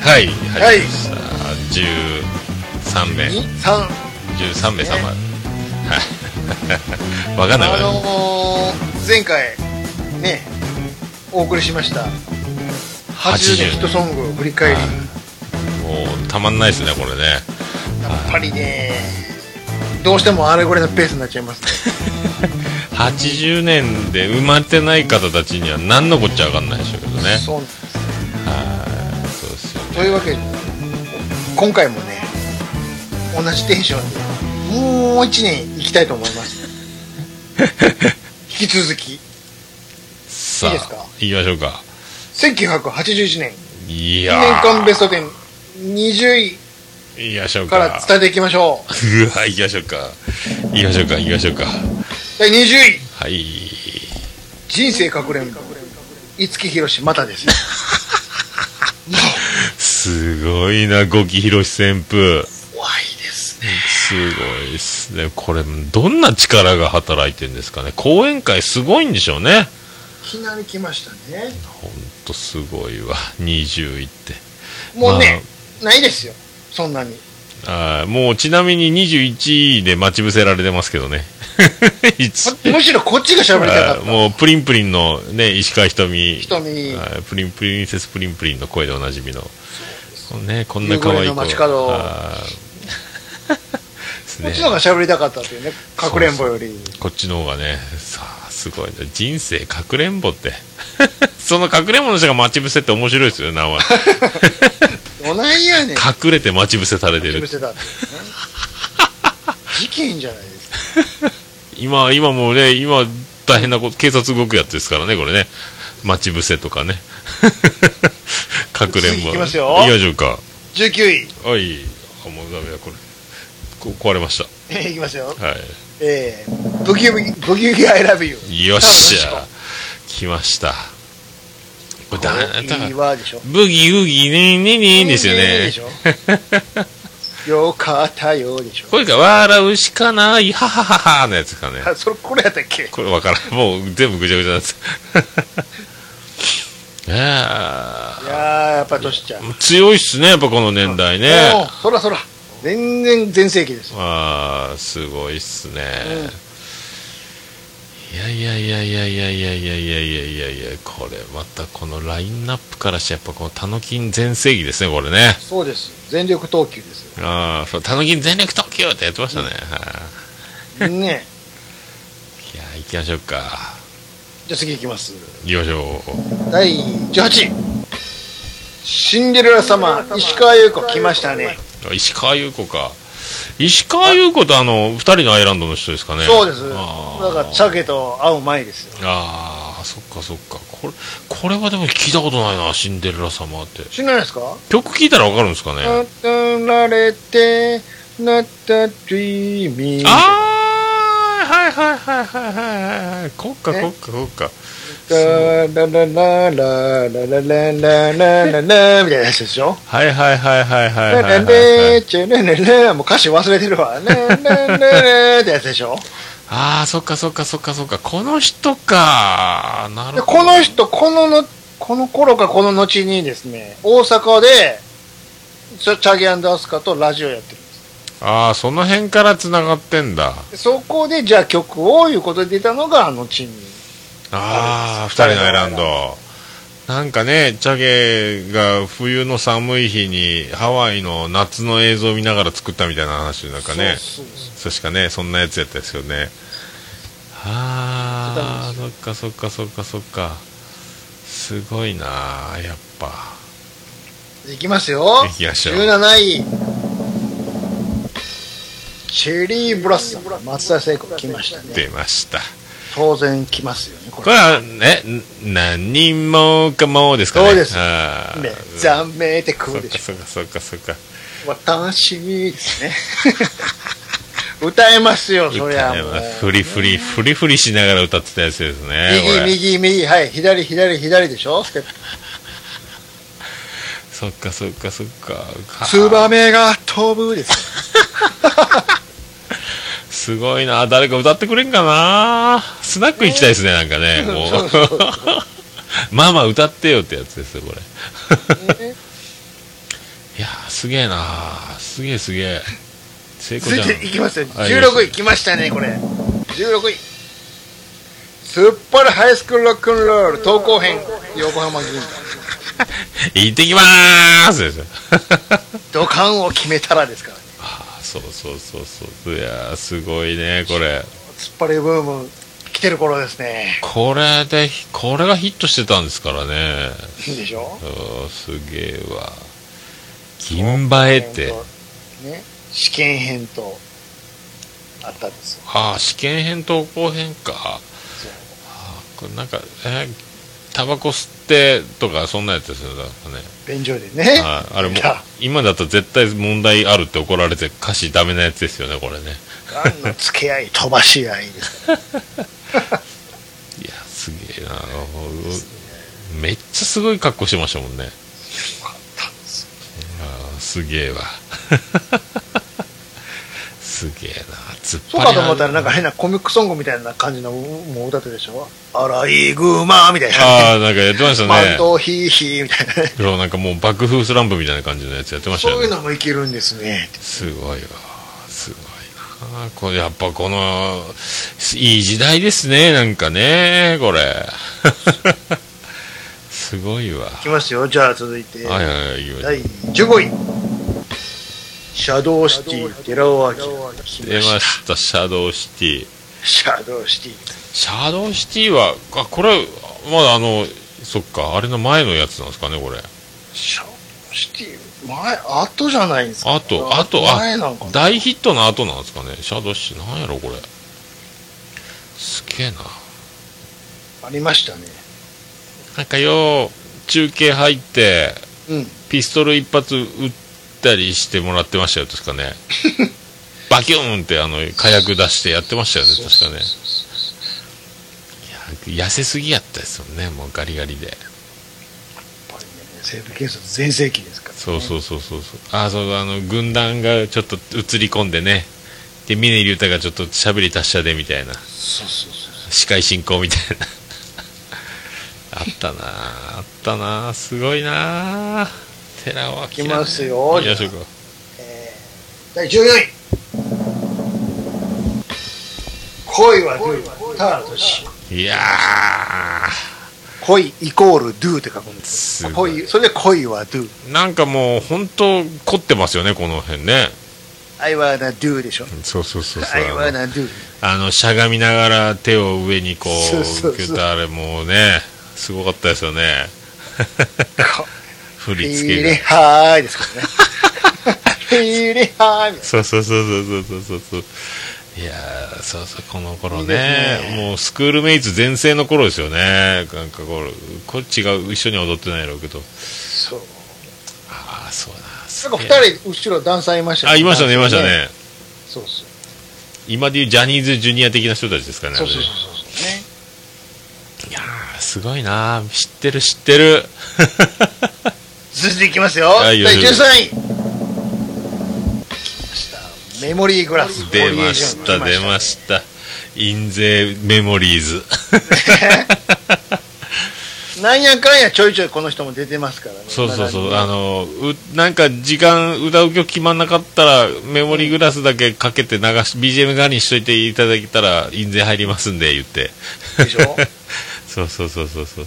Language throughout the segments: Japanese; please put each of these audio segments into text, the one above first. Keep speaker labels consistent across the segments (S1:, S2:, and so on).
S1: はい
S2: りました13名
S1: に三
S2: 13名様、
S1: ね
S2: はい わかんない
S1: あ
S2: わね
S1: のー、前回ねお送りしました80年ヒットソングを振り返り
S2: はいもうたまんないですねこれね
S1: やっぱりねどうしてもあれぐらいのペースになっちゃいますね
S2: 80年で生まれてない方たちには何のこっちゃわかんないでしょうけどね
S1: そうなんです
S2: はいそうですよね
S1: というわけで今回もね同じテンションでもう1年いきたいと思います引き続き
S2: さあ
S1: いいですか
S2: 行きましょうか
S1: 1981年
S2: い
S1: 1
S2: や
S1: 年間ベスト
S2: で
S1: 10 20位
S2: 行きましょう
S1: か
S2: から
S1: 伝えていきましょ う
S2: うわ行きましょうか行きましょうか行きましょうか
S1: 第20位
S2: はい
S1: 人生かくれんぼ五木ひろしまたです
S2: すごいな五木ひろし旋風
S1: 怖いですね
S2: すごいですねこれどんな力が働いてるんですかね講演会すごいんでしょうね
S1: いきなり来ましたね
S2: ほんとすごいわ20位って
S1: もうね、ないですよそんなに
S2: あーもうちなみに21位で待ち伏せられてますけどね いつ
S1: むしろこっちが喋りたか
S2: あ
S1: っ
S2: ー
S1: た
S2: もうプリンプリンのね石川ひとみ
S1: ひとみ
S2: あープリンプリンセスプリンプリンの声でおなじみのこのねこんな
S1: 夕
S2: 可
S1: 暮
S2: 愛
S1: れ
S2: い
S1: の
S2: 子
S1: 街角
S2: あ ーです
S1: こ
S2: ね
S1: っちの方が喋りたかったというねかくれんぼより
S2: こっちの方がねさあすごいね人生かくれんぼって そのかくれんぼの人が待ち伏せって面白いですよね 名前
S1: どないやねん
S2: 隠れて待ち伏せされて
S1: 潰
S2: る
S1: せたっていうね事件じゃないですか
S2: 今今もうね今大変なこと警察動くやつですからねこれね待ち伏せとかね かくれんぼ
S1: 次行きますよ
S2: 行きましょうか
S1: 19位
S2: はいあもうダメだこれこ壊れまし
S1: えーいきますよ
S2: たは
S1: えー、ブギウギブギウギアイラブユー
S2: いよっしゃ来ましたこれダメだ
S1: いいわでしょ
S2: ブギウギねねねですよ
S1: いい
S2: ね
S1: でしょよかったよでしょ
S2: これか笑うしかないははははのやつかね
S1: あそれこれやったっけ
S2: これわからんもう全部ぐちゃぐちゃなんです ああ
S1: いやーやっぱトシちゃん
S2: 強いっすねやっぱこの年代
S1: も
S2: ね
S1: うそらそら全然全盛期ですよ
S2: ああすごいっすね、いやいやいやいやいやいやいやいやいやいやいやこれまたこのラインナップからしてやっぱこのたのきん全盛期ですねこれね
S1: そうです全力投球ですよ
S2: ああそうたのきん全力投球ってやってましたね、はいい
S1: ね
S2: や行きましょうか
S1: じゃあ次いきます
S2: 行きましょう
S1: 第18位シンデレラ様石川優子来ましたね
S2: あ石川優子か石川優子とあの二人のアイランドの人ですかね
S1: そうですだ
S2: あー
S1: からチャケと会う前ですよ
S2: あーそっかそっかこれこれはでも聞いたことないなシンデレラ様って
S1: 知らないですか
S2: 曲聞いたらわかるんですかね
S1: 当たられてなったドリーミング
S2: あーはいはいはいはいはいはいこっか
S1: ね
S2: こっかこっか
S1: ララララララララララララみたいなやつでしょ
S2: はいはいはいはいはいはい
S1: ララ
S2: はい
S1: ラ
S2: はい
S1: チュラララもう歌詞忘れてるわララララってやつでしょ
S2: あーそっかそっかそっかそっかこの人かなる
S1: で
S2: ほど
S1: この人こののこの頃かこの後にですね大阪でチャゲアスカとラジオやってるんです
S2: ああその辺からつながってんだ
S1: でそこでじゃあ曲をいうことで出たのがあのちに
S2: ああ二人のアイランドなんかねチャゲが冬の寒い日にハワイの夏の映像を見ながら作ったみたいな話なんかね
S1: そうそうそう
S2: そしかねそんなやつやったですよねああ
S1: そ
S2: そっかそっかそっかそっかすごいなあやっぱ
S1: いきますよ。
S2: いきましょう
S1: 17位。チェリーブラッサム。松田聖子来ましたね。
S2: 出ました
S1: 当然来ますよね、こ
S2: これ
S1: れ。
S2: はねん何もかもですかね
S1: そうです
S2: あー
S1: 目覚めてく
S2: そっ
S1: るでし
S2: か
S1: ょ。
S2: そっかそっかそっか
S1: 私ですね。 歌えますよ、そりゃもう。
S2: フリフリフリフリしながら歌ってたやつですねこ
S1: 右、
S2: れ
S1: 右、右、はい。左、左、左でしょステップ
S2: そっかそっかそっか
S1: ツバメが飛ぶです。
S2: すごいな誰か歌ってくれんかなスナック行きたいですねなんかねも
S1: そうそ うそう
S2: うまあまあ歌ってよってやつですよこれ
S1: ね
S2: いやーすげえなーすげえすげえ聖子
S1: 続
S2: ち
S1: い
S2: ゃん
S1: ていきますよ
S2: あいいです
S1: 16位来ましたねこれ16位すっぱらハイスクールロックンロール投稿編横浜銀
S2: 行ってきまーすですよ
S1: 座土管を決めたらですからね
S2: あーそうそうそうそういやーすごいねこれ
S1: 突っ張りブーム来てる頃ですね
S2: これでこれがヒットしてたんですからね
S1: いいでしょ
S2: うんすげえわ銀映えって
S1: ね試験編とあったんですよ
S2: ああ試験編投稿編か
S1: そう
S2: あーこれなんかえータバコ吸ってとかそんなやつですよだからね
S1: 便所でね
S2: あーあれも
S1: いや
S2: 今だと絶対問題あるって怒られて歌詞ダメなやつですよねこれね
S1: ガンの付け合い飛ばし合いです
S2: いやすげえなめっちゃすごい格好してましたもんね
S1: よかったんですよ
S2: あーすげえわ すげえな突っ張
S1: そう
S2: り
S1: かと思ったらなんか変なコミックソングみたいな感じのもう歌ってたでしょアライグマみたいな
S2: ああなんかやってました
S1: マン
S2: ね
S1: トヒーヒーみたいなね
S2: そうなんかもう爆風スランプみたいな感じのやつやってました
S1: そ
S2: よ
S1: うい
S2: ね
S1: うのもいけるんですね
S2: すごいわすごいなこれやっぱこのいい時代ですねなんかねこれ すごいわ
S1: いきますよじゃあ続いて
S2: はいはいはい行きましょう
S1: 第15位シャドウシティ寺尾明来
S2: 出
S1: まし
S2: ま
S1: た
S2: したシャドウシティ
S1: シャドウシティ
S2: シャドウシティはあこれまだあのそっかあれの前のやつなんですかねこれ
S1: シャドウシティ前後じゃないですか
S2: 後後あ
S1: 前なんかな
S2: 大ヒットの後なんですかねシャドウシティなんやろこれすげえな
S1: ありましたね
S2: なんかよう中継入って
S1: うん
S2: ピストル一発撃ったりしてもらってましたよ、確か ね。バキューンってあの火薬出してやってましたよね、確かね。いや痩せすぎやったですもんね、もうガリガリで。
S1: やっぱりね西部警察全盛期ですから、ね、
S2: そうそうそうそうそう。あ、そう、あの、軍団がちょっと映り込んでね。で、峰竜太がちょっと喋り達者でみたいな。
S1: そうそうそうそう
S2: 司会進行みたいな。 あったなああったなあすごいなあ寺尾明。
S1: いきますよ
S2: いきましょうか。
S1: えー第14位恋はドゥ田原俊
S2: いやー。
S1: 恋イコールドゥって書くんです
S2: すごい
S1: 恋それで恋はドゥ
S2: なんかもう本当凝ってますよねこの辺ね
S1: I wanna do でしょ
S2: そうそうそう
S1: I
S2: あの
S1: wanna do
S2: あのしゃがみながら手を上にこう
S1: そうそうそう
S2: 受けたあれもうねすごかったですよね振
S1: フィ
S2: り付
S1: ー
S2: け
S1: リ
S2: が
S1: ハーイですからね フィーリハーイ
S2: そうそうそうそうそうそうそういやーそうそうこの頃
S1: いい
S2: ね
S1: ですね
S2: もうスクールメイツ全盛の頃ですよねなんかこれこっちが一緒に踊ってないやろうけど
S1: そう
S2: ああそうだ
S1: な
S2: す
S1: んか
S2: げえ
S1: 二人後ろダンサーいました
S2: あいましたねいましたね
S1: そうそう
S2: 今でいうジャニーズジュニア的な人たちですかねあ
S1: そ
S2: れ
S1: う
S2: ね
S1: そうそうそうね
S2: いやーすごいなー知ってる知って る
S1: 続いていきますよ、
S2: はいよろ
S1: 第
S2: しく
S1: 13位来ましたメモリーグラス
S2: 出ました出ました印税メモリー ズ
S1: たなんやかんやちょいちょいこの人も出てますからね
S2: そうそうそう
S1: 未だ
S2: あ
S1: にね
S2: のうなんか時間歌う曲決まんなかったらメモリーグラスだけかけて流し BGM 代わりにしといていただけたら印税入りますんで言って
S1: でしょ
S2: そうそうそうそうそうそうそう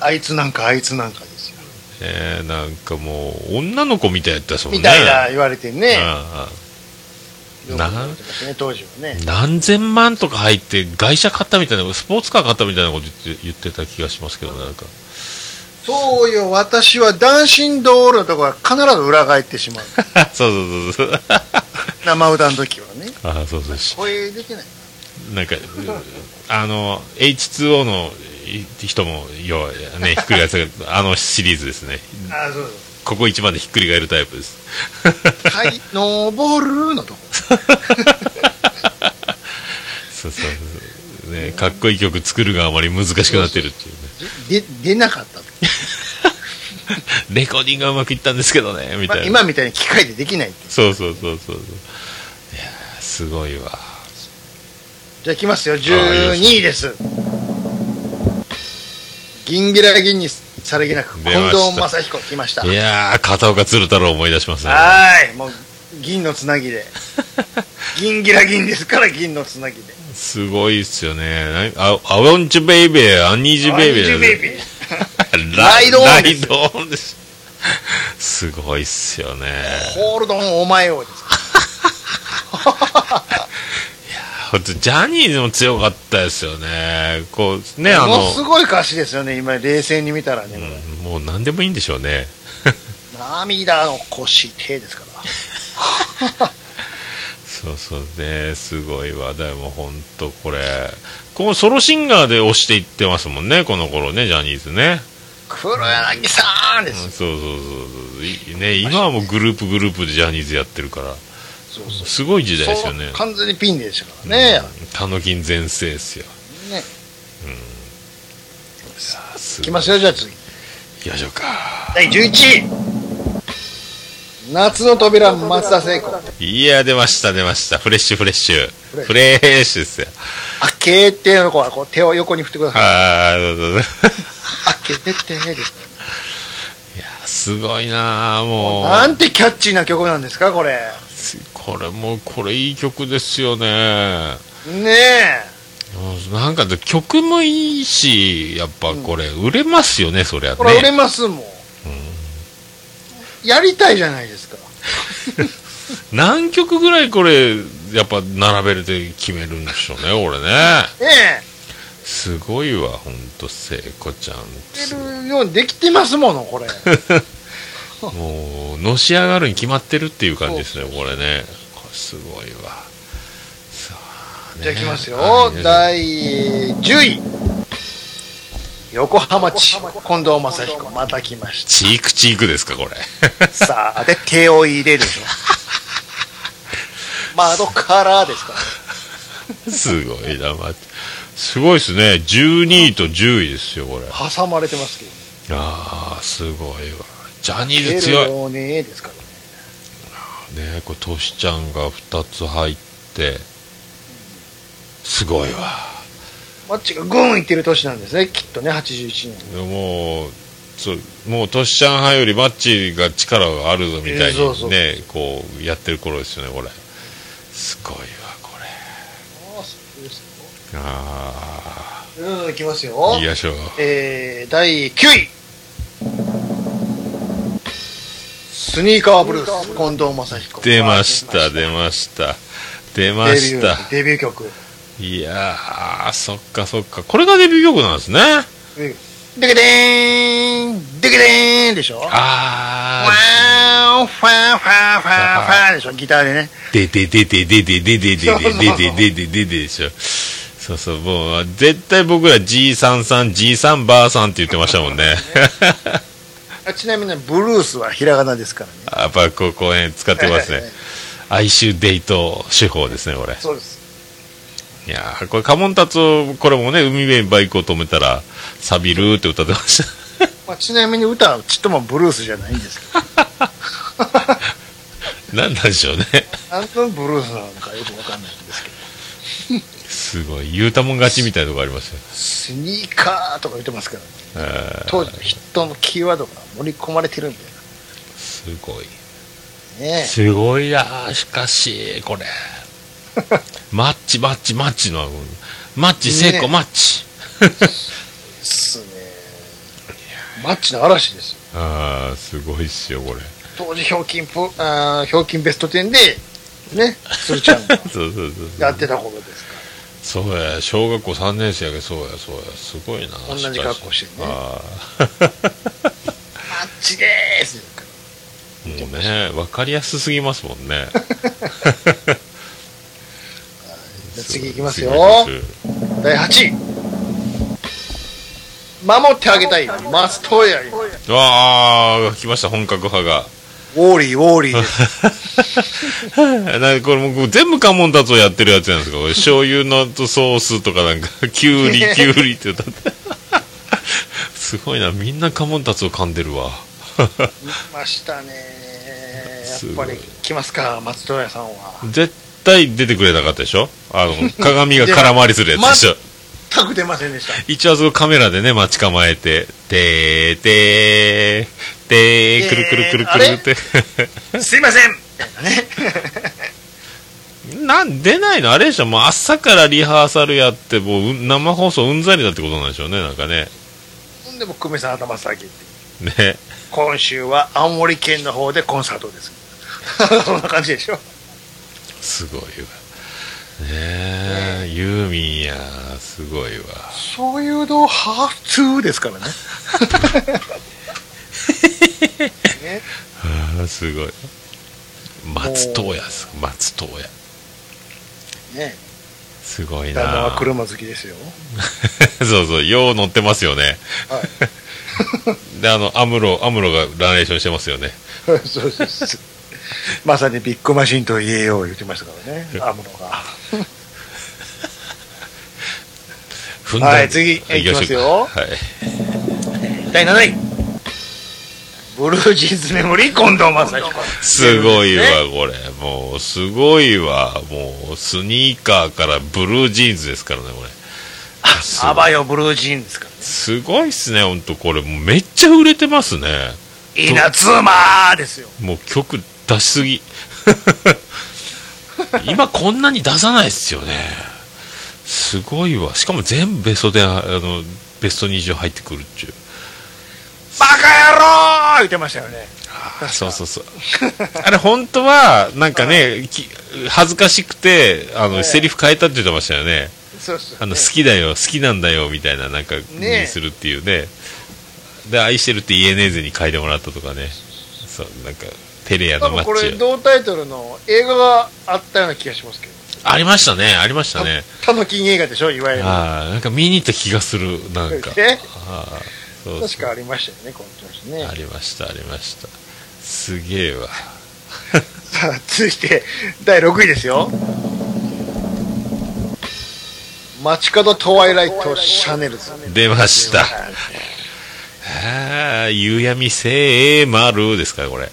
S1: あいつなんかあいつなんかですよ
S2: えー、なんかもう女の子みたいやったですもんね
S1: みたいな言われてね
S2: あ
S1: よく言われてましたね当時はね
S2: ー何千万とか入って外車買ったみたいなスポーツカー買ったみたいなこと言って言ってた気がしますけどなんか
S1: そうよ私はダンシンドールのとこは必ず裏返っ てしまう
S2: そうそうそうそう。
S1: 生歌の時はね
S2: あそうそうし。
S1: 声出てない
S2: なんか、あの、H2O のい人も、要はね、ひっくり返す、あのシリーズですね。
S1: あそうそう
S2: ここ一番でひっくり返るタイプです。
S1: はい、登るのとこ。
S2: そうそうそう。 ね、かっこいい曲作るがあまり難しくなってるっていうね。
S1: で、出なかったと。
S2: レコーディングがうまくいったんですけどね、み
S1: ま
S2: たい
S1: あ、
S2: な。
S1: 今みたいに機械でできないって。
S2: そうそうそうそう。いやーすごいわ。
S1: じゃあ、来ますよ。
S2: ああよろ
S1: 12
S2: し
S1: 位です。ギンギラギンニス、さりげなく近
S2: 出ました
S1: 藤正彦来ました
S2: いやー、片岡鶴太郎思い出しますね。
S1: はーいもう銀のつ なぎで銀ギラ銀ですから銀のつなぎです
S2: ごいっすよね。なあアオンチュベイベー、アニージュベイベー。
S1: ワンジュベイベー
S2: ラ
S1: ライドオン
S2: ラ
S1: で
S2: イ
S1: す
S2: ドオンです。すごいっすよね。
S1: ホールドンお前をです
S2: ほんとジャニーズも強かったですよね。こう、ね、あ
S1: も
S2: の
S1: の、すごい歌詞ですよね今冷静に見たらね、これ
S2: うんもう何でもいいんでしょうね。
S1: 涙をこしてですから
S2: そうそうね、すごい話題も本当これ、このソロシンガーで押していってますもんね、この頃ね、ジャニーズね。
S1: 黒柳さんで
S2: うん
S1: す、
S2: そうそうそうそういね、今はもうグループグループでジャニーズやってるから、
S1: そうそう
S2: すごい時代ですよね
S1: そう。完全にピンでしたからね、
S2: タノキン全盛ですよ。
S1: ね
S2: すごい
S1: いきますよじゃあ次
S2: 行きましょうか。
S1: 第11位夏の扉松田聖子
S2: いや、出ました、出ました。フレッシュ、フレッシュ。フ
S1: フ
S2: レッシュですよ。
S1: 開けての子はこう手を横に振ってください
S2: あーどうぞど うぞ
S1: 開けてってです
S2: いや、すごいなあもう。
S1: なんてキャッチーな曲なんですかこれ
S2: これもう、これいい曲ですよね。
S1: ね
S2: うんなんかで曲もいいし、やっぱこれ、売れますよね、そりゃ
S1: えこれ売れ
S2: ね。
S1: ますもん、やりたいじゃないですか
S2: 何曲ぐらいこれ、やっぱ並べるて決めるんでしょうね、俺ね。
S1: ね
S2: すごいわ、ほんと、聖子ちゃん。
S1: え売れるようにできてますもの これ
S2: もう、のし上がるに決まってるっていう感じですね、これね。これすごいわ。さあね
S1: じゃあいきますよ
S2: はい
S1: 第10位横浜地近藤正彦また来まし
S2: チークチークですか、これ。
S1: たさあで手を入 れるでしょ窓からですからね
S2: すごいな、ますごいですね。12位と10位ですよ、これ。
S1: 挟まれてますけど
S2: ああ、すごいわ。ジャニーズ
S1: 出
S2: 強い
S1: る。よねですからね
S2: ねこれトシちゃんが2つ入ってすごいわ
S1: マッチがグーンいってる年なんですねきっとね81年
S2: もうそうもうトシちゃん派よりマッチが力があるぞみたい
S1: えーそうそ
S2: に
S1: う
S2: ねこうやってる頃ですよねこれすごいわこれ
S1: ああそうです
S2: あ
S1: かうんいきますよ
S2: あいきましょう
S1: えー、第9位スニーカーブルース近藤正彦
S2: 出ました出ました出まし
S1: デビ
S2: た
S1: ューデビュー曲
S2: いやーそっかそっかこれがデビュー曲なんですね
S1: デビュー曲デケデーンデケデーンでしょファ
S2: ああ
S1: ンファンファンファンファンでしょギターでね
S2: でででででででででででででででしょ。そうそう、もう、絶対僕ら G33、G3 ばあさんって言ってましたもんね。
S1: あちなみにブルースはひらがなですからね
S2: やっぱここね、使ってます ね
S1: ええ。
S2: 哀愁デイト手法ですね、これ。
S1: そうです
S2: いやーこれ、カモンタツを、これもね、海辺にバイクを止めたら、サビるーって歌ってました。
S1: まあ、ちなみに歌はちっともブルースじゃないんですけど
S2: なんなんでしょうね。
S1: 何のブルースなのかよくわかんないんですけど
S2: すごい、言うたもん勝ちみたいなとこありますよ。
S1: スニーカーとか言ってますからね
S2: えー
S1: 当時のヒットのキーワードが盛り込まれてるんだよ
S2: すごい。
S1: ね
S2: すごいなあしかし これマッチマッチマッチのマッチ成功、
S1: ね
S2: マッチ
S1: ですねマッチの嵐ですよ
S2: ああすごいっすよこれ
S1: 当時ひょうきんプあーひょうきんベスト10でね鶴ちゃんが
S2: そうそうそう
S1: やってた頃ですか
S2: そうや小学校3年生やけどそうやそうやすごいな
S1: 同じ
S2: しかし
S1: 格好してるね
S2: あ
S1: ら マッチでーす
S2: あもうね分かりやすすぎますもんね
S1: じゃあ 次行きますよ
S2: 次行きます
S1: 第8位守ってあげたいマストヤウ
S2: うわあ来ました本格派が
S1: ォーリーウォーリーです
S2: なんかこれもう全部カモン達をやってるやつなんですかこれ醤油のとソースとか なんかきゅ うりきゅうりって歌って すごいなみんなカモン達を噛んでるわ
S1: 見ましたねやっぱ
S2: す
S1: り
S2: ごい
S1: 来ますか松任谷さんは
S2: 絶対出てくれなかったでしょあの鏡が空回りするやつでしょ、
S1: 全く出ませんでした。
S2: 一応あそこカメラでね、待ち構えて、てーてー、てー、くるくるくるくるっ
S1: すいませんみたいなね。
S2: て。なん、出ないのあれでしょもう朝からリハーサルやって、もううん生放送うんざりだってことなんでしょうね、なんかね。
S1: ほんでも、久米さん頭下げて。
S2: ね。
S1: 今週は青森県の方でコンサートです。 そんな感じでしょ。
S2: すごいわ。ねえ、ユーミンや、すごいわ。
S1: そういうのハーツですからね。 ね
S2: あーすごい。松任谷です、松任谷。
S1: ね
S2: すごい
S1: 旦那
S2: な
S1: は車好きですよ。
S2: そうそう、よう乗ってますよね。
S1: はい。
S2: で、あの、アムロ、アムロがラネーションしてますよね。
S1: そうです。まさにビッグマシンと言えよう言ってましたからね、アムロが。
S2: 踏ん
S1: はい次
S2: はい
S1: きます
S2: 行
S1: よ
S2: きましょうかはい。
S1: 第7位。ブルージーズ眠り近藤正彦。
S2: すごいわ
S1: ね、
S2: これ。もう、すごいわ。もう、スニーカーからブルージーンズですからね、これ。す
S1: あばよブルージーンですからね。
S2: すごいっすね、ほんと。これ、もうめっちゃ売れてますね。
S1: 稲妻ですよ。
S2: もう曲出しす ぎ。今こんなに出さないっすよね。すごいわ。しかも全部ベストで、あの、ベスト20入ってくるっちゅう。
S1: バカ野郎言ってましたよね。
S2: そうそうそう。あれ、本当は、なんかね、き恥ずかしくて、あ
S1: ええ
S2: の、セリフ変えたって言ってましたよね。
S1: そうそう、
S2: あの、
S1: ね
S2: 好きだよ、好きなんだよ、みたいな、なんか、
S1: ねえ
S2: にするっていうね。で、愛してるって言えねえぜに変えてもらったとかね。そう、なんか、テレア
S1: 多
S2: のマ
S1: 分これ
S2: ッチ。
S1: 同タイトルの映画があったような気がしますけど。
S2: ありましたね、ありましたね。
S1: たのきん映画でしょいわゆる。
S2: ああ、なんか見に行った気がする、なんか。
S1: ね
S2: ああ、そう
S1: 確
S2: そう。
S1: かありましたよね、この調子ね。
S2: ありました、ありました。すげえわ。
S1: さあ、続いて、第6位ですよ。街角トワイライトシャネルズ。
S2: 出ました。ああ、夕闇聖丸ですか、これ。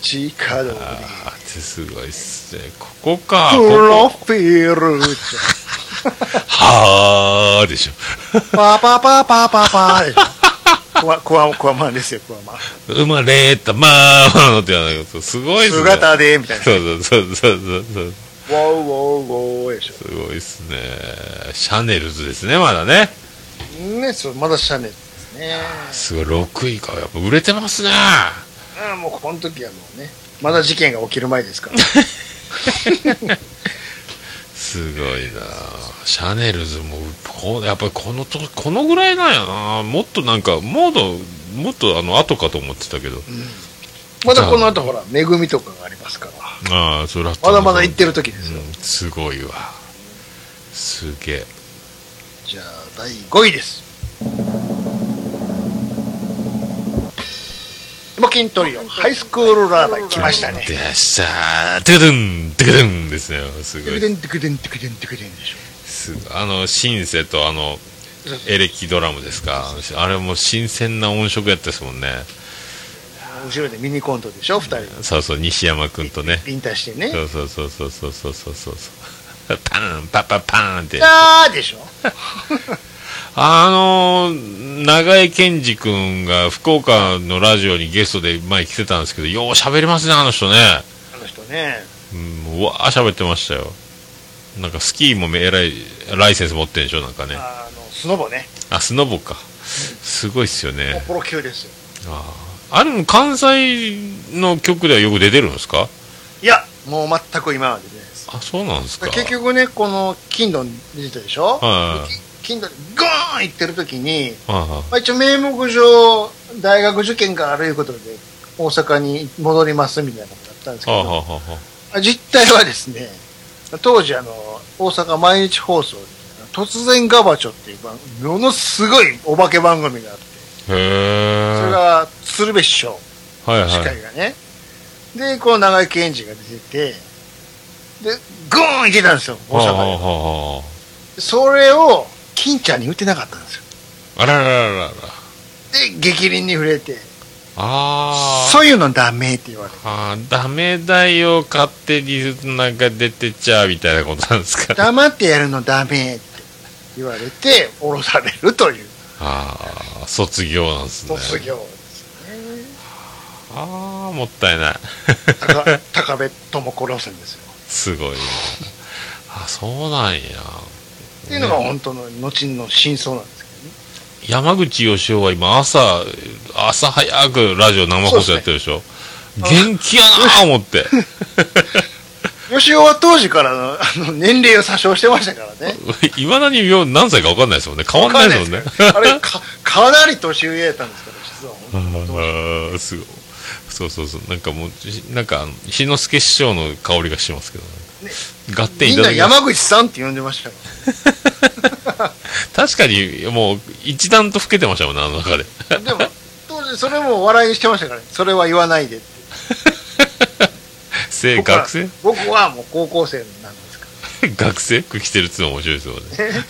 S1: 街角に
S2: ああ、すごいっすね。ここか。
S1: プロ
S2: ここ
S1: フィール帳。
S2: はあでしょ。
S1: パパパパパパでしょ。クワ、クワ、クワマンですよ、クワマン。
S2: 生まれたまーの って言わないこと。すごいっすね。
S1: 姿で、みたいな。ウ
S2: そうそうそうそうそうそう。
S1: ォーウォーウォーでしょ。
S2: すごいっすね。シャネルズですね、まだね。
S1: ね、そう、まだシャネルですね。
S2: すごい、6位か。やっぱ売れてますね。
S1: ああ、もうこの時はもうね、まだ事件が起きる前ですから。
S2: すごいなシャネルズもこうやっぱりこのとこのぐらいなんやなもっとなんかもっともっとあの後かと思ってたけど、
S1: まだこの後ほら、恵みとかがありますから。
S2: ああそれは
S1: まだまだ行ってる時ですよ。
S2: うんすごいわすげえ
S1: じゃあ、第5位です。モキントリオ、ハイスクールラーダー来ましたね。
S2: でしたーてくるんてくるんですねす
S1: テ
S2: ご
S1: クデ
S2: い
S1: ンテクデンテクデンテクデンでしょ。
S2: すあのシンセとあのエレキドラムですかあれも新鮮な音色やったですもんね
S1: 後ろでミニコントでしょ、二人が。
S2: そうそう西山君とね
S1: 引退してね。
S2: そうそうそうそうそうそうそうそうそうパーンパッパッパーンって
S1: あーでしょ。
S2: あのー長江健二君が福岡のラジオにゲストで前来てたんですけどよう喋りますねあの人ね
S1: あの人ね。
S2: うんうわー喋ってましたよなんかスキーもめえらいライセンス持ってんでしょなんかね
S1: あの、スノボね。
S2: あスノボかすごいっすよね
S1: プロ級ですよ。
S2: あーあれも関西の曲ではよく出てるんですか
S1: いや、もう全く今までです。
S2: あそうなんですか
S1: 結局ね、この、キンドン出てたでしょ
S2: は
S1: キンドン、ゴーン行ってる時に、
S2: いはいはい
S1: まあ、一応名目上大学受験があるいうことで大阪に戻りますみたいなことだったんですけ
S2: はあ
S1: ど
S2: はあはあは
S1: 実態はですね当時あの大阪毎日放送で突然ガバチョっていう番ものすごいお化け番組があって
S2: あへえ
S1: それが鶴瓶師匠
S2: はいはい
S1: 司会がね、でこの長井健二が出ててでゴーン行けたんですよ大
S2: はあは
S1: 阪
S2: あ
S1: に
S2: はあは
S1: それを金ちゃんに言ってなかったんですよ
S2: ああららららら
S1: で激凛に触れて
S2: あー
S1: そういうのダメって言われて
S2: あーダメだよ勝手になんか出てっちゃうみたいなことなんですか
S1: 黙ってやるのダメって。言われて降ろされると いう
S2: ああ、卒業なんですね。
S1: 卒業ですね
S2: ああ、もったいない。
S1: 高高部智子路線ですよ
S2: すごいな。あ、そうなんや。
S1: っていうのが本当の後の真相なんですけどね
S2: 山口義雄は今朝、朝早くラジオ生放送やってるでしょ。元気やなー思って。
S1: 吉尾は当時からのあの年齢を詐称してましたからね
S2: いまだによう何歳か分かんないですもんね。変わんないですもんね
S1: わ。かんないですけどあれかかなり年上やったんですから実は
S2: あ
S1: 本当に
S2: ー すごい。そうそうそう。なんかもう、じなんか、あの日之助師匠の香りがしますけど、
S1: ね
S2: 合点
S1: み
S2: い
S1: ん
S2: た
S1: な
S2: だきます。
S1: 山口さんって呼んでましたよ
S2: 確かに、もう、一段と老けてましたもんね、あの中で。
S1: でも当時それも笑いにしてましたからねそれは言わないでって
S2: 生、
S1: 僕は
S2: 学 生
S1: 僕はもう高校生なんですから
S2: 学生 服着てるっつうの面白いですよね。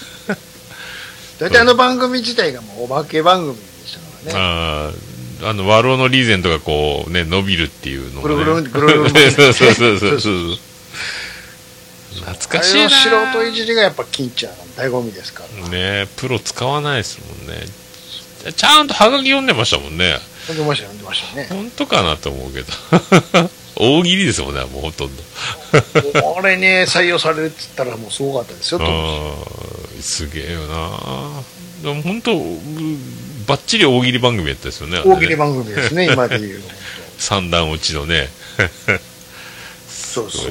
S1: 大体あの番組自体がもうお化け番組でしたからね
S2: あーあの、和老のリーゼントがこう、ね、伸びるっていうのも、ね。
S1: ぐるぐるぐるぐるぐる
S2: そうそうそうそうそう。懐かしい
S1: あれ
S2: な
S1: の素人いじりがやっぱ金ちゃんの醍醐味ですから
S2: ねプロ使わないですもんね。ちゃんとハガキ読んでましたもんね。
S1: 呼んでましたよ呼んでましたよね
S2: 本当かなと思うけど。大喜利ですもんね、もうほとんど。
S1: これね採用されるっつったらもうすごかったですよと
S2: あーすげえよなでも本当うばっちり大喜利番組やったですよね
S1: 大喜利
S2: 組
S1: 番組ですね今でいう
S2: 三段落ちのね
S1: そうそうそう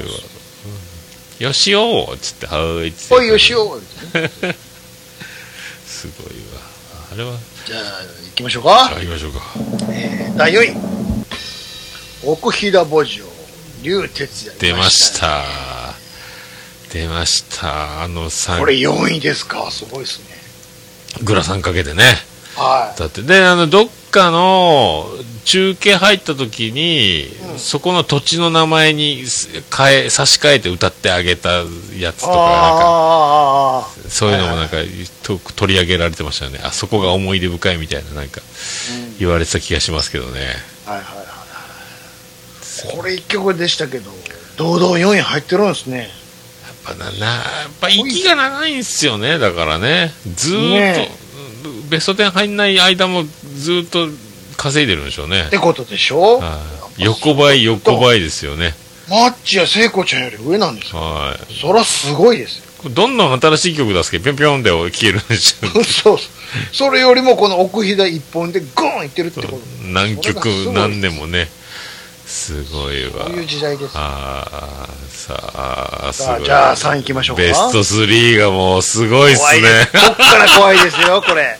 S2: 「よしおー」っつって「はーい」っつって
S1: おいよしお
S2: すごいわあれは
S1: じゃあ行きましょうか
S2: あ行きましょうか
S1: えー第4位奥飛騨墓場竜哲也
S2: 出
S1: い
S2: まし
S1: ね
S2: た出ましたあの
S1: こ
S2: 3
S1: れ4位ですかすごいですね
S2: グラサンかけてね
S1: は
S2: だってであのどっかの中継入った時に、
S1: うん
S2: そこの土地の名前にす変え差し替えて歌ってあげたやつ
S1: い
S2: とかなんか
S1: あーあーあーあ
S2: そういうのもなんか、と取り上げられてましたよね。あそこが思い出深いみたいな、なんか、
S1: ーうん
S2: 言われてた気がしますけどね。
S1: はいはいはいはいこれ1曲でしたけど堂々4位入ってるんですね
S2: やっぱな、な、やっぱ息が長いんですよね、だからね。ずーっ
S1: ね
S2: と、うんベスト10入んない間もずーっと稼いでるんでしょうね
S1: っ。てことでしょ
S2: はい横ばい、横ばいですよね。
S1: マッチや聖子ちゃんより上なんですよ
S2: は
S1: そらすごいですよ
S2: い。どんどん新しい曲出すけど、ぴょんぴょんで消えるんでしょ
S1: そうそうそれよりもこの奥飛騨一本でゴーンいってるってこと
S2: 何曲
S1: それがすごいです
S2: 何年もねすごいわ
S1: そういう時代です
S2: ああさあす
S1: さ
S2: ご
S1: あ
S2: い
S1: じゃあ3位いきましょうか
S2: ベスト3がもうすごいっす
S1: 怖いですこ
S2: ね
S1: っから怖いですよこれ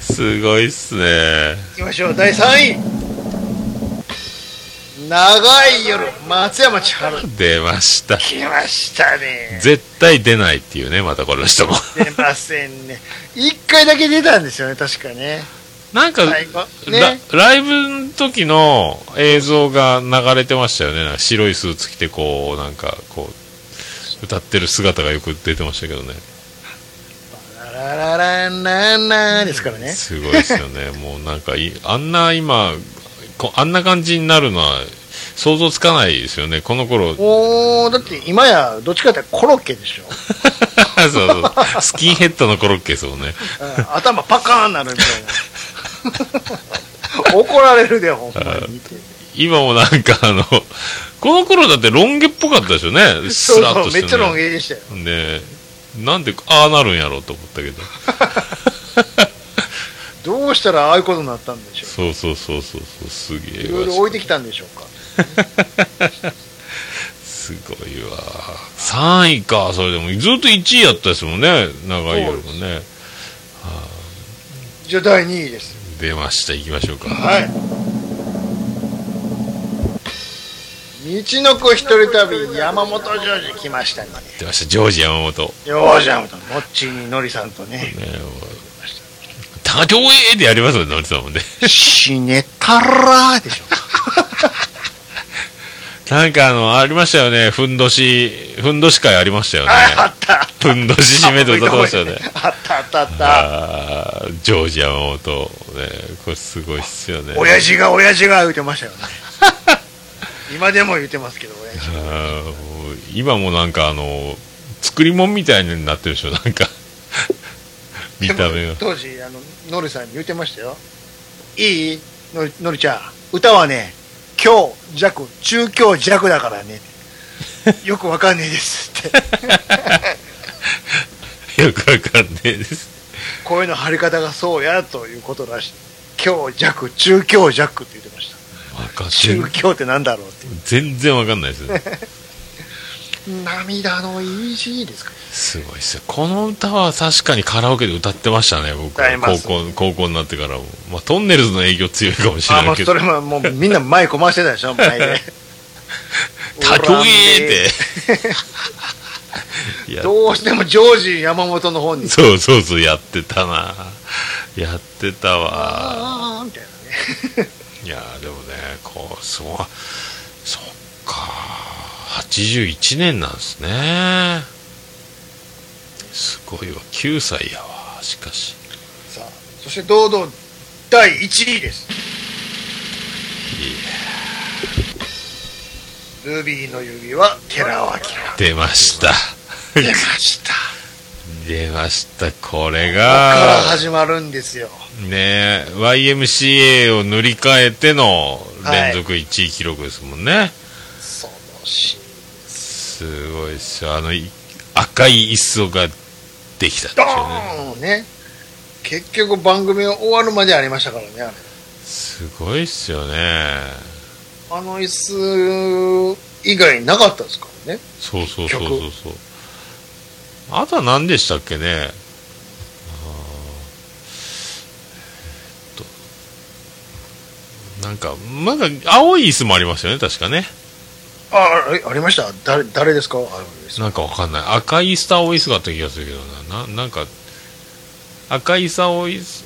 S2: すごいっすね
S1: いきましょう第3位長い夜松山千春
S2: 出ました
S1: 来ましたね
S2: 絶対出ないっていうねまたこの人も
S1: 出ませんね1回だけ出たんですよね確かね
S2: なんか、
S1: 最後
S2: ラ
S1: ね
S2: ライブの時の映像が流れてましたよねなんか白いスーツ着てこうなんかこう歌ってる姿がよく出てましたけどね
S1: ラララランランですからね
S2: すごいですよ ねもうなんかいあんな今こあんな感じになるのは想像つかないですよねこの頃そう
S1: おーだって今やどっちかってコロッケでしょ
S2: そうスキンヘッドのコロッケですもんね
S1: うん頭パカーンなるみたいな怒られるでほんまに
S2: 今もなんかあのこの頃だってロン毛っぽかったでしょね
S1: そ
S2: ス
S1: う
S2: ラッと
S1: そう
S2: して、ね、
S1: めっちゃロン毛でしたよ
S2: でなんでああなるんやろうと思ったけど
S1: どうしたらああいうことになったんでしょ
S2: そうそうそうそうそうすげえ
S1: う
S2: わ
S1: いろいろ置いてきたんでしょうか
S2: すごいわ3位かそれでもずっと1位やったですもんね長いよりもね
S1: じゃあ第2位です
S2: 出ました行きましょうか
S1: はい。道の子一人旅山本ジョージ来ましたね。
S2: 出ましたジョージ山本
S1: よーじゃん、もっちにのりさんとね。
S2: ねえもう多少えでやりますよね、ノリさんもね。
S1: 死ねたらーでしょ。
S2: なんかあの、ありましたよね、ふんどし、ふんどし会ありま したよね。
S1: あった。
S2: ふんどし締めて歌ってましたよね。
S1: あったあったあった。
S2: あージョージ山本、ね、これすごいっすよね。
S1: 親父が親父が言うてましたよね。 今でも言うてますけど、親父。
S2: あー もう今もなんかあの、作り物みたいになってるでしょ、なんか。見た目が
S1: でも当時、あの、ノリさんに言ってましたよ。いいのり、のりちゃん。歌はね、強弱、中強弱だか らね。よくわかんねえですって。
S2: よくわかんねえです
S1: 声の張り方がそうやということらしい。強弱、中強弱って言ってました。
S2: わかん
S1: 中強ってなんだろうって。
S2: 全然わかんないですね
S1: 涙の EG ですか
S2: すごいっすよこの歌は確かにカラオケで歌ってましたね僕
S1: 歌いま
S2: 高
S1: す
S2: 校高校になってからも、まあ、トンネルズの営業強いかもしれ
S1: あ、も
S2: ないうけど
S1: それももうみんな前こましてた でしょ、前で。
S2: 「たきょえ」 っていや
S1: どうしてもジョージ山本の方に。
S2: そうそうそうやってたなやってたわ
S1: ああ、みたいなね。
S2: いやーでもねこうそうあそっか81年なんですねすごいわ9歳やわしかし
S1: さあ、そして堂々第1位です。ルビーの指は寺尾明。
S2: 出ました
S1: 出ました。
S2: 出ましたこれ
S1: から
S2: が
S1: 始まるんですよ。
S2: ねえ YMCA を塗り替えての連続1位記録ですもんね、
S1: そのシーン。
S2: すごいっすよあのい赤い椅子ができたんで
S1: ド
S2: しょうね
S1: ーンね。結局番組が終わるまでありましたからね、あれ。
S2: すごいっすよね
S1: あの椅子以外なかったですからね。
S2: そうそうそうそうそうあとは何でしたっけねあーえーっとなんかまだ青い椅子もありましたよね確かね
S1: あ、あれありました誰、誰ですかあれです
S2: なんかわかんない赤い椅子と青い椅子があった気がするけどなななんか赤い椅子青い椅子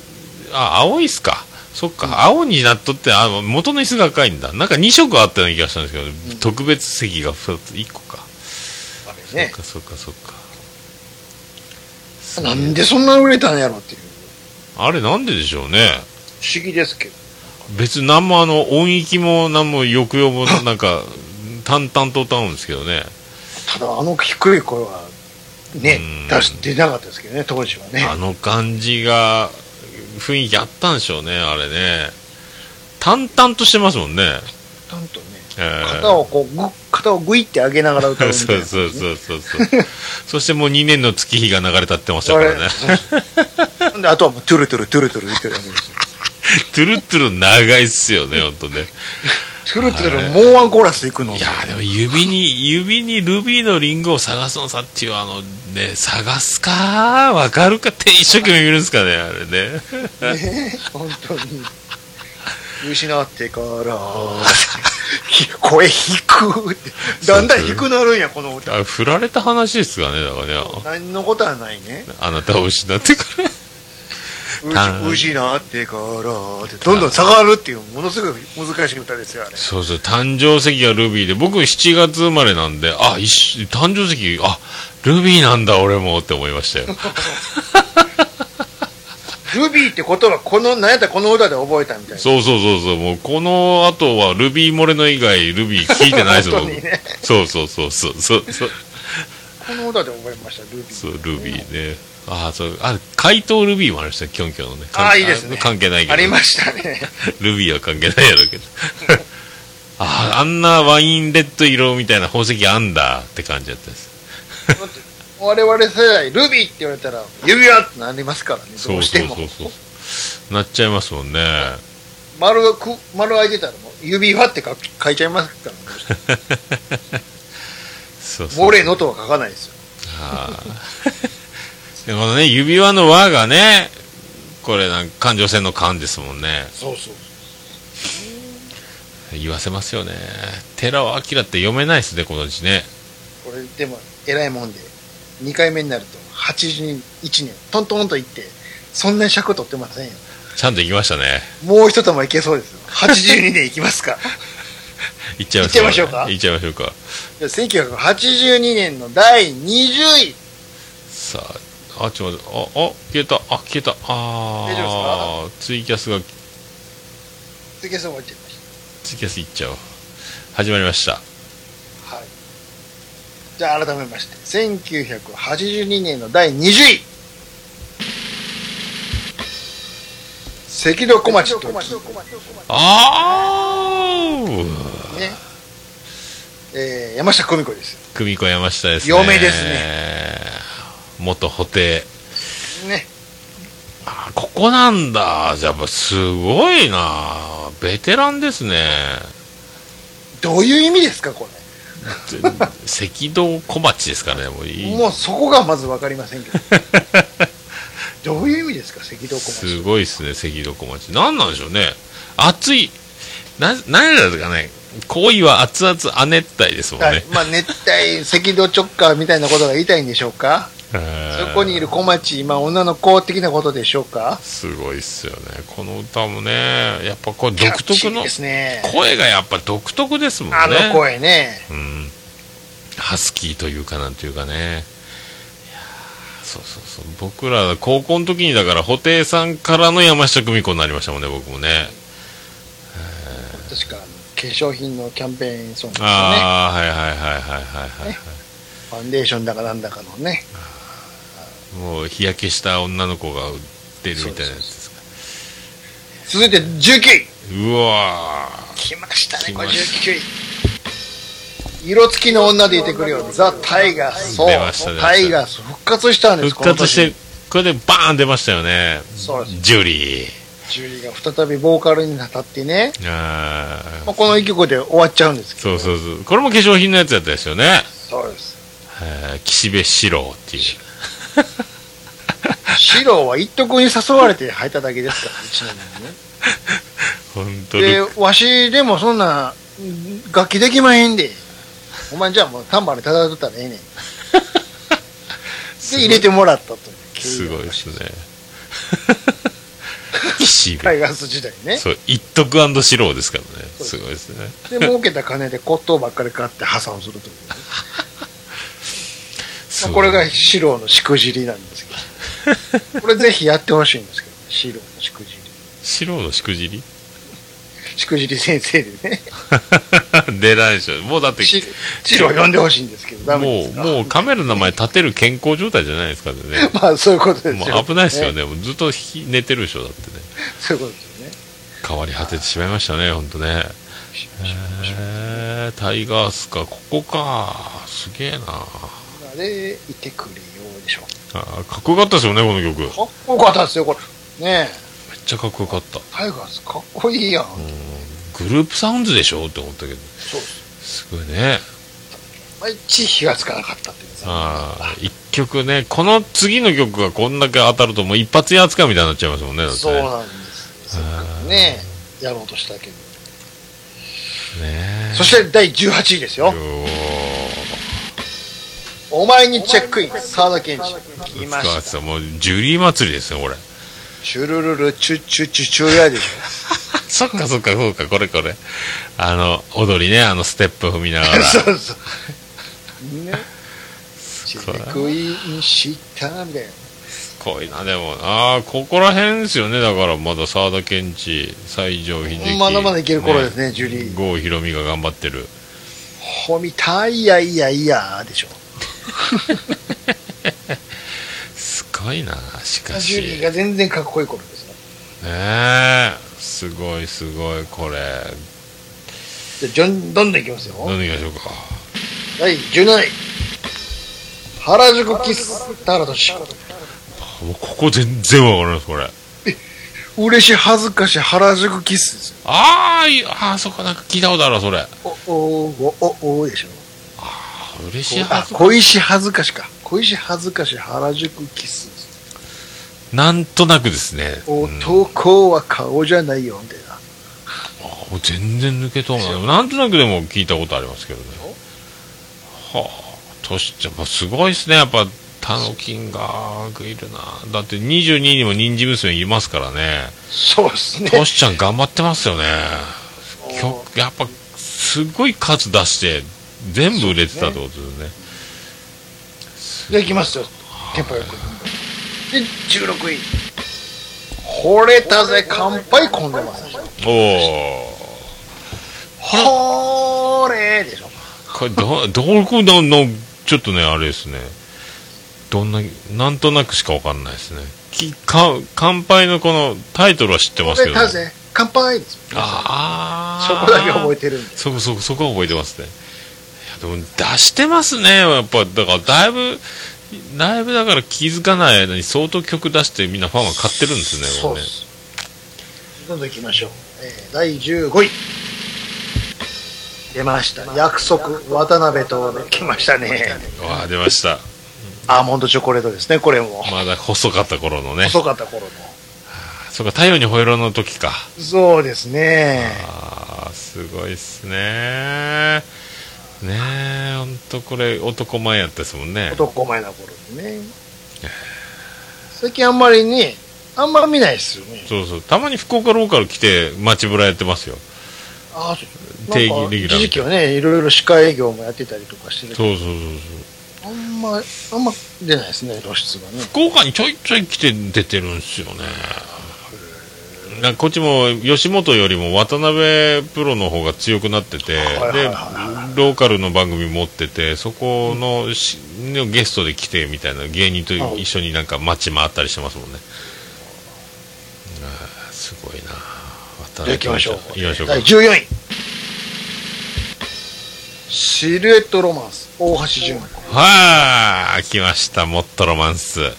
S2: あ青い椅子かそっか、青になっとってあ元の椅子が赤いんだなんか2色あったような気がしたんですけど、
S1: ん
S2: 特別席が2つ1個か、
S1: あれ
S2: そ
S1: ね。
S2: っかそっかそっか
S1: なんでそんな売れたんやろっていう。
S2: あれなんででしょうね
S1: 不思議ですけど。
S2: 別に何もあの音域も何も抑揚もなんか淡々と歌うんですけどね
S1: ただあの低い声はね
S2: うん、
S1: 出し、出なかったですけどね、当時はね。
S2: あの感じが雰囲気あったんでしょうねあれね淡々としてますもんね、
S1: ちゃんとね、
S2: えー
S1: 肩をこう、ぐ、肩をグイって上げながら歌うみたい
S2: そ
S1: な、
S2: うそうそうそうそうそしてもう2年の月日が流れたってました
S1: あ
S2: か
S1: れ
S2: ら ね
S1: で、あとはもう、トゥルトゥル、トゥルトゥル言ってるわけですよ。
S2: トゥルトゥル長いっすよね本当ね
S1: トゥルトゥル、もうワンコーラス行くの。
S2: いやーでも指に指にルビーのリンゴを探すのさっていうあのね探すかわかるかって一生懸命見るんですかねあれね
S1: ね本当 に。失って から、声低くって、だんだん低くなるんや、この歌。
S2: あ振られた話ですかねだからね
S1: 何のことはないね。
S2: あなたを失ってからた
S1: うし失ってからって、どんどん下がるっていう、ものすごい難しい歌ですよ、あ れ。
S2: そうそう誕生石がルビーで僕7月生まれなんであ一緒誕生石あルビーなんだ俺もって思いましたよ
S1: ルビーって言葉、この、なんやったらこの歌で覚えたみたいな。
S2: そうそうそうそうもうこの後はルビー漏れの以外ルビー聞いてないですもん、
S1: 本当にね
S2: 僕そうそうそうそうそうそう
S1: この歌で覚えました、ルビ
S2: そう
S1: ー。
S2: ルビーねああそうあ怪盗ルビーもありましたキョンキョンのね
S1: ああいいですね
S2: 関係ないけど
S1: ありましたね。
S2: ルビーは関係ないやろうけど あああんなワインレッド色みたいな宝石あんだって感じだったです
S1: 我々世代、ルビーって言われたら、指輪ってなりますからね、
S2: そ
S1: ど
S2: う
S1: うし
S2: そ
S1: て
S2: う
S1: も
S2: そ。うそうなっちゃいますもんね
S1: 丸がく、丸開いてたらもう、指輪って書き書いちゃいますからね。
S2: そうそう
S1: モレノとは書かないですよ。
S2: あーでこのね指輪の輪がねこれなんか感情線の感ですもんね
S1: そうそう。
S2: 言わせますよね寺尾明って読めないですねこの字ね
S1: これでも、偉いもんで、2回目になると、81年、トントンといって、そんなに尺取ってませんよ。
S2: ちゃんと行きましたね
S1: もう一玉いけそうですよ。82年いきます か。
S2: 行っちゃいます
S1: 行っちゃいましょうか
S2: 行っちゃいましょうか
S1: じゃあ1982年の第20位。
S2: さあ、あ、ちょっと待って、あ、あ、消えた、あ、消えた、あー
S1: 大丈
S2: ツイキャスが、
S1: ツイキャス終わっちゃいまし
S2: ツイキャスいっちゃう。始まりました。
S1: た。はい。じゃあ改めまして、1982年の第20位。赤道小町という
S2: ああ
S1: ね、えー山下久美子です。
S2: 久美子山下ですね
S1: 嫁です
S2: ね元布袋
S1: ね、
S2: あーここなんだじゃあやっぱすごいなベテランです ね
S1: どういう意味ですか、これ。
S2: で赤道小町ですからねもういい
S1: もうそこがまず分かりませ んけど。どういう意味ですか、赤道小
S2: す
S1: 町。
S2: ごいですね赤道小町何なんでしょうね熱いな何なんですかね恋は熱々亜熱帯ですもん
S1: はい
S2: ね、
S1: まあ、熱帯赤道直下みたいなことが言いたいんでしょうか。
S2: そ
S1: そこにいる小町、まあ、女の子的なことでしょうか。
S2: すごいっすよねこの歌もねやっぱこれ独特
S1: キャッチー
S2: の
S1: ですね。
S2: 声がやっぱ独特ですもんね
S1: あの声ね。
S2: うんハスキーというかなんというかねいやーそうそうそう僕ら高校の時にだから布袋さんからの山下久美子になりましたもんね僕もね
S1: 確か、化粧品のキャンペーンソングですよね。
S2: ああ、はいはいはいはいはいはい、はい
S1: ファンデーションだかなんだかのね。
S2: もう日焼けした女の子が売ってるみたいなやつですか
S1: 続いて19位。
S2: うわ
S1: 来ましたね、
S2: 来
S1: こ
S2: ま
S1: れ
S2: し
S1: 19位。色付きの女でいてくれよ、ザ・タイガース。そう
S2: 出ましたね
S1: タイガース復活したん
S2: ー
S1: です、
S2: 復活し
S1: この
S2: てこれでバーン出ましたよね
S1: 年そうです。
S2: ジュリー
S1: ジュリーが再びボーカルに当たってね、
S2: あー
S1: まあ、この一曲で終わっちゃうんですけ
S2: そ
S1: ど。
S2: うそうそうこれも化粧品のやつやったですよね
S1: そうです。
S2: えー岸辺四郎っていう
S1: シローは一徳に誘われて入っただけですから、ちなみにね。
S2: 本当に
S1: で、わしでもそんな、ん楽器できまへんで。お前じゃあもうタンバリン叩いとった らええねん。で、入れてもらったという経緯
S2: す
S1: が
S2: ご
S1: あ
S2: い
S1: り
S2: で
S1: まし
S2: す
S1: た
S2: ね岸
S1: タ
S2: 辺
S1: イガース時代ね。
S2: そう一徳四郎ですからねす
S1: そうです
S2: ごいですね
S1: で、儲けた金で骨董ばっかり買って破産する というね、
S2: す
S1: まあ、
S2: ごい
S1: これが四郎のしくじりなんですけ ど、これぜひやってほしいんですけど、ね、四郎のしくじり。
S2: 四郎のしくじり
S1: しくじり先生でね、
S2: 出ないでしょもうだって
S1: し四郎を呼んでほしいんですけど、ダメ
S2: も
S1: です
S2: う
S1: か
S2: もうカメラの名前立てる健康状態じゃないですからね
S1: まあ、 そういうことですよ、
S2: も
S1: ね。
S2: う危ないですよねもうずっとひ寝てるでしょだってね
S1: そういうことですよね。
S2: 変わり果ててしまいましたね本当ねへータイガースかここかすげえな
S1: あれ、いてくれようでしょ。
S2: あかっこよかったですよねこの曲めっ
S1: かっこよかったですよ、これ。ねえ、
S2: ちゃかっこよかった
S1: タイガースかっこいいやん。
S2: グループサウンズでしょって思ったけど
S1: そうです。
S2: すごいね
S1: まあ、一火がつかなかったっていうか
S2: ああ一曲ねこの次の曲がこんだけ当たるともう一発屋扱いみたいになっちゃいますもんねだってね
S1: そうなんですよ。ねえ、やろうとしたけど。
S2: ね
S1: そして第18位ですよ
S2: よ。
S1: お前にチェックイン、沢田研二。来
S2: ー
S1: ま
S2: 塚橋
S1: した。
S2: さんもうジュリー祭りですよこれ
S1: チュルルル、チュチュチュチュやでし
S2: そっかそっかそうかこれこれあの踊りねあのステップ踏みなが
S1: ょ。
S2: ら
S1: そうそう。ね。チェックインしたみたいな。
S2: こいなでもああここら辺ですよねだからまだ沢田研二西城秀樹
S1: まだまだいける頃ですねジュリー
S2: 郷ひろみが頑張ってる
S1: ほみたいやいやいやでしょ。
S2: すごいなしか
S1: ジ
S2: し
S1: ュリーが全然かっこいい頃ですよ。
S2: ねえすごいすごいこれ
S1: じゃあじゃん、どんどんいきますよ。
S2: 何でいきましょうか
S1: 第17位。原宿キス、田原俊。
S2: もうここ全然わからないですこれ
S1: 嬉しい恥ずかしい原宿キスですよ。
S2: あーいあーそっかなんか聞いたことあるわそれあ
S1: お、お、お、お、おでしょ。
S2: ー嬉しいは
S1: あ、
S2: ず
S1: 小石恥ずかしか。小石恥ずかし原宿キス。
S2: なんとなくですね、うん
S1: 男は顔じゃないよ、みたいな。
S2: もう全然抜けとうななんとなくでも聞いたことありますけどねはあとしちゃんすごいですねやっぱ他の金がいるなだって22にも人参娘いますから ね
S1: そうですね。
S2: トシちゃん頑張ってますよね曲やっぱすごい数出して全部売れてたってことですね
S1: じゃあ行きますよ。テンポよく。で、16位。惚れたぜ、乾杯、こんでます。
S2: お
S1: 惚れでしょ。
S2: おこれどどこののちょっとねあれですねどんななんとなくしかわかんないですねきか乾杯のこのタイトルは知ってます
S1: こ
S2: け
S1: れ、
S2: ど、
S1: たずね、乾杯です。
S2: あ
S1: そ
S2: あ
S1: こだけ覚えてるんで。
S2: そこそこそこは覚えてますねいやでも出してますねやっぱだからだいぶだいぶだから気づかない間に相当曲出してみんなファンは買ってるんですね
S1: そう
S2: これ
S1: で
S2: ね
S1: す。どんどん行きましょう。えー第15位。出ました。約束、渡辺と、来ましたね。
S2: わあ出ました
S1: アーモンドチョコレートですね、これも。
S2: まだ細かった頃のね
S1: 遅かった頃の。
S2: そうか太陽にほえろの時か
S1: そうですね。
S2: ああすごいっすねねえほんとこれ男前やったですもんね
S1: 男前な頃にね。最近あんまりね、あんま見ないですよね。
S2: そうそうたまに福岡ローカル来て街ぶらやってますよ
S1: ああ、そう。
S2: 定義
S1: なんか
S2: レギュラーみたいな
S1: 一時期はね、いろいろ歯科営業もやってたりとかしてるけ
S2: そ
S1: ど
S2: うそうそうそう
S1: あんま、あんま出ないですね、露出がね。
S2: 福岡にちょいちょい来て出てるんですよねなんかこっちも吉本よりも渡辺プロの方が強くなってて、
S1: はいはい
S2: で
S1: は
S2: ローカルの番組持っててそこのしのゲストで来てみたいな芸人と一緒になんか街回ったりしてますもんねあーすごいな渡
S1: じゃあ行きましょう。
S2: 行きましょうか
S1: 第14位。シルエットロマンス、大橋純子。
S2: はあ来ましたもっとロマンスあ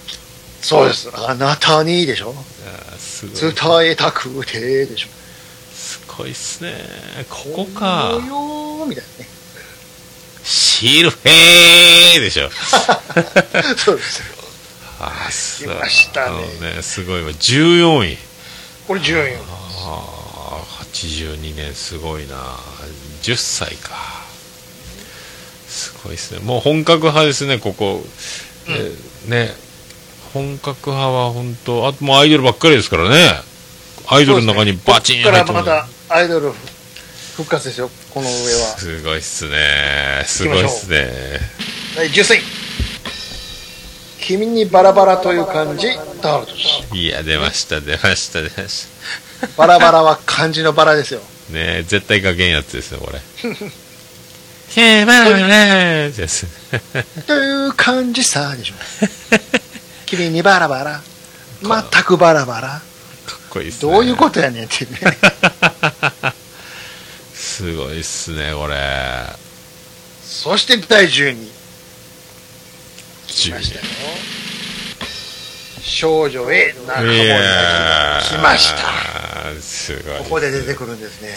S1: そうです。あなたにでしょ
S2: ーすご
S1: 伝
S2: い
S1: えたくてでしょ
S2: すごいっすねここか
S1: このよーみたいなね。
S2: シルフェーでしょ。
S1: そうですよ。
S2: あそう
S1: 来ましたね
S2: あのすごいわ。14位。
S1: これ14位。
S2: ああ、82年すごいな。10歳か。すごいですね。もう本格派ですね、ここ。えーね。本格派は本当、あともうアイドルばっかりですからね。アイドルの中にバチン
S1: こ
S2: 入
S1: っ
S2: っ
S1: か
S2: て
S1: ら
S2: ま
S1: ますたアイドル復活ですよ、この上は。
S2: すごいっすね。すごいっすね。
S1: 第13位。君にバラバラという漢字、タオルとし。
S2: いや、出ました、出ました、出ました。
S1: バラバラは漢字のバラですよ。
S2: ねえ絶対かけんやつですよこれへえまだねです
S1: という漢字さ、でしょ。 君にバラバラ。全くバラバラ。
S2: かっこいいっすね
S1: どういうことやね んっていうね。
S2: すごいっすねこれ
S1: そして第12位。来ましたよ。少女 A 中森明
S2: い
S1: 菜
S2: やー
S1: 来ました。
S2: すごい
S1: ここで出てくるんですね。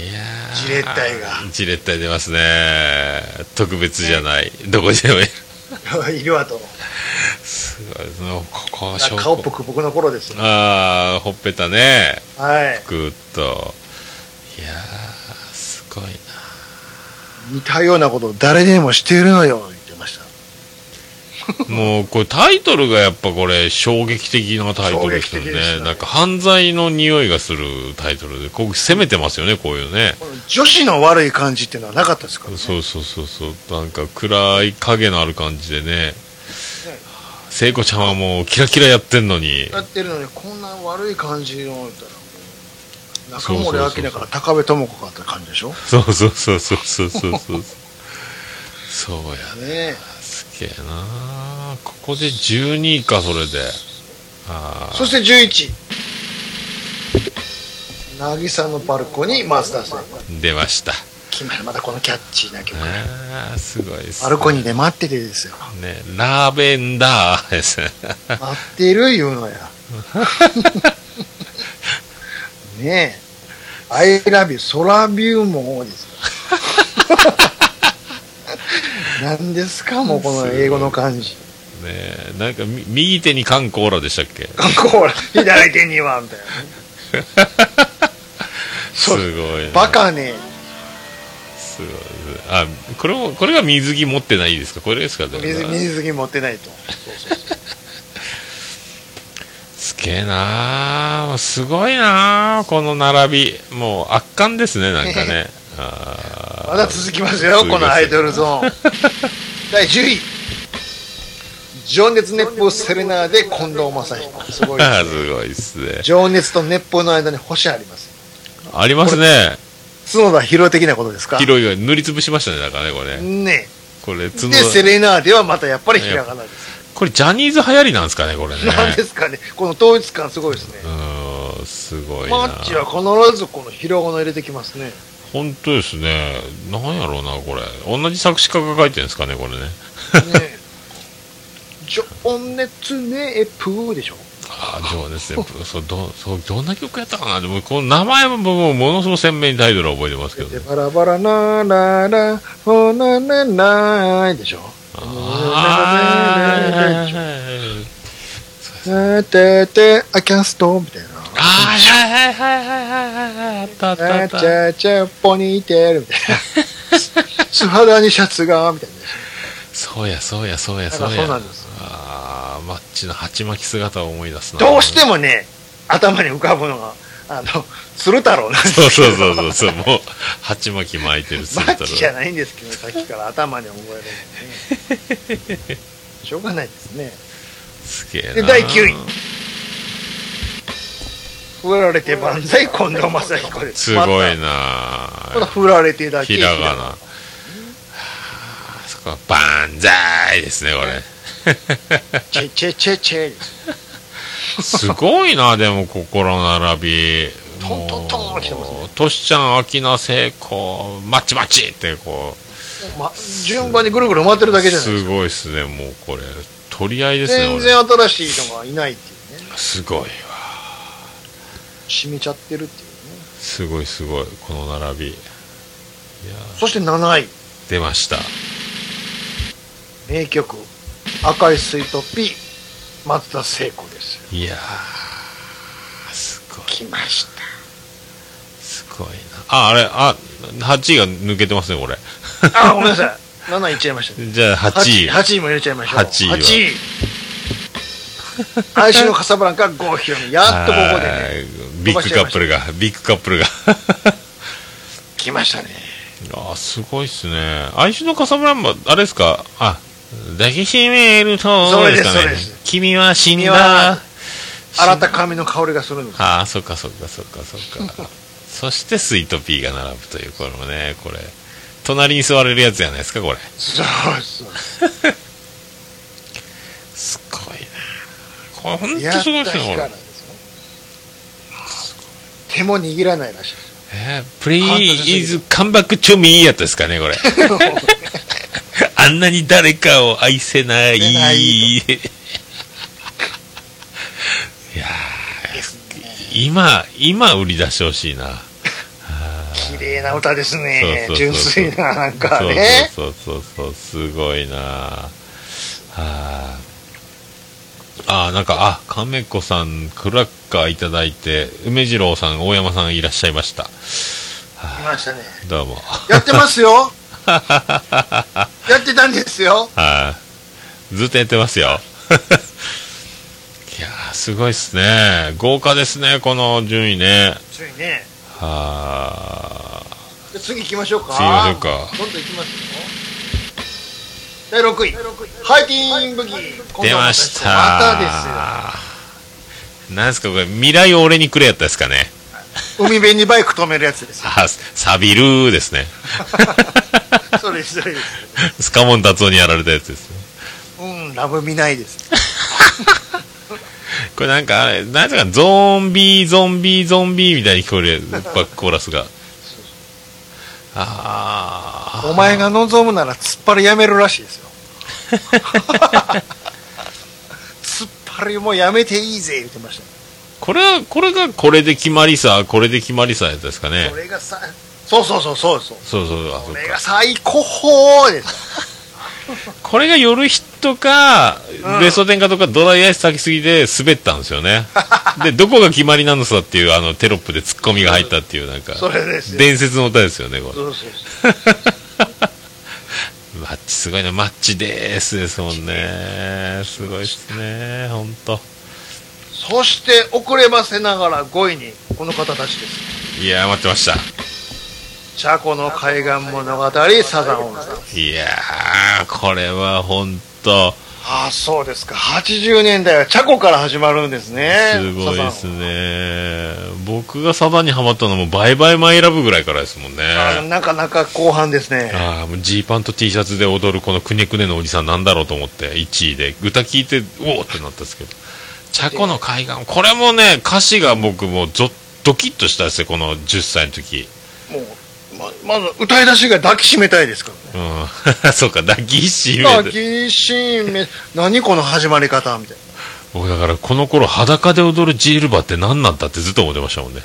S2: いやー
S1: じれったいが
S2: じれったい出ますね特別じゃない、どこでもいい
S1: いるわと。
S2: すごいそのここは
S1: 顔ぷくぷくの頃ですよ。
S2: ああほっぺたね
S1: はい。
S2: ぐっといやーすごいな
S1: 似たようなことを誰でもしているのよ、言ってました。
S2: もうこれタイトルがやっぱこれ衝撃的なタイトルですよ
S1: 衝撃的でし
S2: ね
S1: たね
S2: なんか犯罪の匂いがするタイトルでこう攻めてますよねこういうね
S1: この女子の悪い感じっていうのはなかったですからね。
S2: そうそうそうそうなんか暗い影のある感じでね聖子ちゃんはもうキラキラやってんのに
S1: やってるのに、こんな悪い感じの言ったらもう、中
S2: そうそうそう
S1: 森
S2: そう
S1: 明菜から高部智子かって感じでしょ。ね
S2: そうそうそうそうそうそう そうそうや
S1: え
S2: すげえなここで12位かそれでああ
S1: そして11位。渚のバルコニー、マスターさん。
S2: 出ました
S1: 決まる、またこのキャッチーな曲。
S2: ああすごいです
S1: バルコニーで待っててです よ。
S2: ね、ラーベンダーですね。
S1: 待ってる言うのや。ねえ。アイラビュー、空ビューも多いで すよ。何ですか、もうこの英語の漢字。
S2: ねなんかみ右手に缶コーラでしたっけ
S1: こら、左手には、みたいなね。
S2: す
S1: そ
S2: ご
S1: う
S2: いな。
S1: バカね。
S2: すごいあ、これも、これが水着持ってないですかこれですかだから
S1: 水水着持ってないと。
S2: すげえなあすごいなあこの並び。もう圧巻ですね、なんか ね。あー
S1: まだ続きますよ、このアイドルゾーン。第10位。情熱熱風セレナーで近藤正彦。すごいです
S2: あー
S1: ね。
S2: すごいっ すね。
S1: 情熱と熱風の間に星あります。
S2: ありますね。
S1: 角田博的なことですか
S2: 広いが塗りつぶしましたね、だからね、これね。
S1: ね
S2: これ、角
S1: で、セレナーデはまたやっぱりひらがなです。
S2: これ、ジャニーズ流行りなんですかね、これね。
S1: なんですかね、この統一感すごいですね。
S2: うーん、すごい
S1: マ
S2: な。
S1: ッチは必ずこのひらがな入れてきますね。
S2: 本当ですね。なんやろうな、これ。同じ作詞家が書いてるんですかね、これね。
S1: ね情熱ねえプーでしょ。
S2: ああ、情熱ね。そう、ど、そう、どんな曲やったかな。でも、この名前ももうものすごく鮮明にタイトルは覚えてますけど
S1: で、
S2: ね。
S1: バラバラなーらーら、ほなななーいでしょ。
S2: あ
S1: な
S2: あ、
S1: ーてて、あ、キャンストみたいな。
S2: あはいはいはいはいはいはいあったあったあ
S1: あ
S2: っ
S1: ち
S2: た
S1: ゃちゃ、ポニーテールみたいな。素肌にシャツが、みたいな。
S2: そうやそうやそうや
S1: だ
S2: そ
S1: から
S2: う
S1: そうな
S2: や
S1: んです。
S2: ああマッチの鉢巻き姿を思い出すな
S1: どうして
S2: も
S1: もね、頭に浮かぶのが、あの、鶴太郎なんです
S2: そうそうそうそうそうもう鉢巻き巻いてる
S1: マ
S2: 姿
S1: ッチじゃないんですけど、さっきから頭に覚えられるの ねしょうがないですね。
S2: すげえな
S1: で第九位振られて万歳、近藤正彦です。
S2: すごい
S1: ま
S2: な
S1: た。また振られてだけ。
S2: ひらがなはあそこはバンザーイですねこ れ
S1: チェチェチェチェです。
S2: すごいなでも心並び
S1: トントントン来てますね
S2: もうトシちゃん、アキナ、成功、マッチマッチってこう、
S1: ま、順番にぐるぐる回ってるだけじゃないです
S2: すごいですねもうこれ取り合いで
S1: か。
S2: すね
S1: 全然新しいのがいないっていうね。
S2: 俺すごいわ
S1: 染みちゃってるっていうね。
S2: すごいすごいこの並びいや
S1: そして7位、
S2: 出ました
S1: 名曲、赤いスイートピー、松田聖子です。
S2: いやーすごい
S1: 来ました。
S2: すごいなああれあ8位が抜けてますねこれ
S1: あ、ごめんなさい。7位いっちゃいましたね。
S2: じゃあ8位
S1: 8位も入れちゃいましょう。
S2: 8位は
S1: 8愛しのカサブランカ、郷ひろみ。やっとここでね、
S2: はいビッグカップルがビッグカップルが
S1: 来ましたね。
S2: あーすごいっすね哀愁のカサブランマあれですかあ抱きしめると
S1: それです
S2: か
S1: それです
S2: 君は死ん
S1: 君は
S2: だ
S1: 洗った髪の香りがするんです。
S2: ああ、そっかそっかそっかそっか。 そしてスイートピーが並ぶという、これもね、これ。隣に座れるやつじゃないですか、これ。
S1: そうそう。
S2: すごいな。これ、ほん
S1: や
S2: と
S1: っ
S2: すごいで
S1: た
S2: すね、
S1: 日
S2: こ
S1: から
S2: れ
S1: で。すね。手も握らないらしいです。
S2: えー、
S1: 半年
S2: please come back to me やったですかね、 これ。あんなに誰かを愛せない。
S1: せ
S2: い
S1: な
S2: や
S1: い
S2: ー、今、今売り出してほしいな。
S1: 綺麗な歌ですね。
S2: そうそうそうそう
S1: 純粋な、なんかね。
S2: そうそうそうそうすごいなああああなんかあ亀子さんクラッカーいただいて梅次郎さん大山さんいらっしゃいました
S1: 来ましたね。
S2: どうも
S1: やってま すよやってたんですよ
S2: あずっとやってますよ いやーすごいっすね豪華ですねこの順位ね
S1: ついね。
S2: はあ
S1: じゃあ次行きましょうか。
S2: 次行きましょうか
S1: どんどん行きますよ。第6位。ハイティーンブギー。
S2: 出ました
S1: またで
S2: なんですかこれ未来を俺にくれやったですかね
S1: すよ。海辺にバイク止めるやつですよ。
S2: あサビルーですね
S1: それです、それです。
S2: スカモン達夫にやられたやつですね。
S1: うん、ラブ見ないです。
S2: これなんかあれ、なんつうか、ゾンビ、ゾンビ、ゾンビみたいに聞こえるやつ、バックコーラスが。ああ。
S1: お前が望むなら突っ張りやめるらしいですよ。突っ張りもやめていいぜ、言ってましたね。
S2: これは、これがこれで決まりさ、これで決まりさやったですかね
S1: こ。れがさ、そうそうそうそうそう。
S2: そうそう、あそ
S1: こ
S2: う
S1: れ
S2: か
S1: が最高です。
S2: これが夜ヒットか、
S1: うん
S2: ベストテンかとかドライアイス炊きすぎで滑ったんですよ ね。で、どこが決まりなのさっていうあのテロップでツッコミが入ったっていうなんか、
S1: それですよ。
S2: 伝説の歌ですよね、これ。
S1: そうそうそう。
S2: マッチすごいね、マッチでーすですもんね。すごいっすね、ほんと。
S1: そして遅ればせながら5位にこの方たちです。
S2: いやー、待ってました。
S1: チャコの海岸物語サザンオールさん。
S2: いやー、これはほんと、
S1: ああ、そうですか。80年代はチャコから始まるんですね。
S2: すごいです
S1: サザンは。
S2: ね。僕がサザンにハマったのも、バイバイマイラブぐらいからですもんね。
S1: あーなかなか後半ですね。
S2: ああ、もうジーパンと T シャツで踊るこのくねくねのおじさんなんだろうと思って、1位で、歌聞いて、おおってなったんですけど。チャコの海岸、これもね、歌詞が僕もうゾッドキッとしたんですよ、この10歳の時。
S1: もう、ま、まず歌い出しが抱きしめたいですからね。
S2: うん。 そうか、抱きしめ
S1: 抱
S2: て。
S1: きしめ、何この始まり方みたい
S2: 僕だからこの頃裸で踊るジールバって何なんだってずっと思ってましたもんね。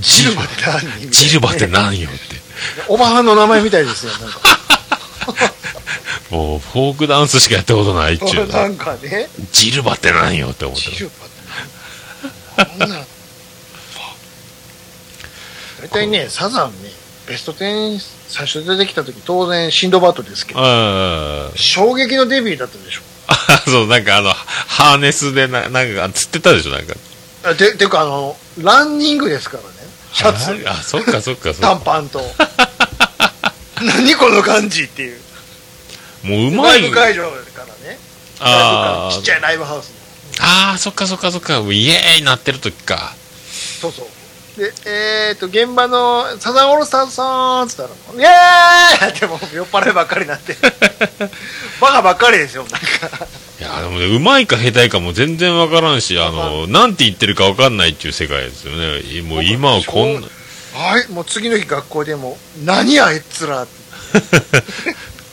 S2: ジ
S1: ルバって何みたいなね
S2: ジルバって何よって。
S1: な。おばはんの名前みたいですよ。なんか、
S2: もうフォークダンスしかやったことないっちゅう
S1: な
S2: の。
S1: んかね。
S2: ジルバって何よって思ってま
S1: ジ
S2: す
S1: ルバって。こんな 大体ね、サザンね、ベスト10最初出てきた時、当然シンドバッドですけど、
S2: あー
S1: 衝撃のデビューだったでしょ。
S2: あ、 そう、なんかあの、ハーネスでな、なんか、釣ってたでしょ、なんか。
S1: あて、ていうかあの、ランニングですからね。シャツ、
S2: あ、そっかそっかそっ
S1: 短
S2: か。
S1: パンと。何この感じっていう。
S2: もううま
S1: ライ
S2: い。
S1: ブ会場からね。ライブ
S2: あ
S1: 会ちっ
S2: ー
S1: ちゃいライブハウスの。
S2: あー、そっかそっかそっか。もうイエーイなってる時か。
S1: そうそう。で、えっ、と、現場のサザンオールスターズさんっつったら、イェーイ ってもう酔っ払いばっかりにな って。バカばっかりですよ、なんか。
S2: いや、でもね、うまいか下手いかも全然わからんし、あの、なんて言ってるかわかんないっていう世界ですよね。いもう今はこんな、
S1: はい、もう次の日学校でも、何あいつらって。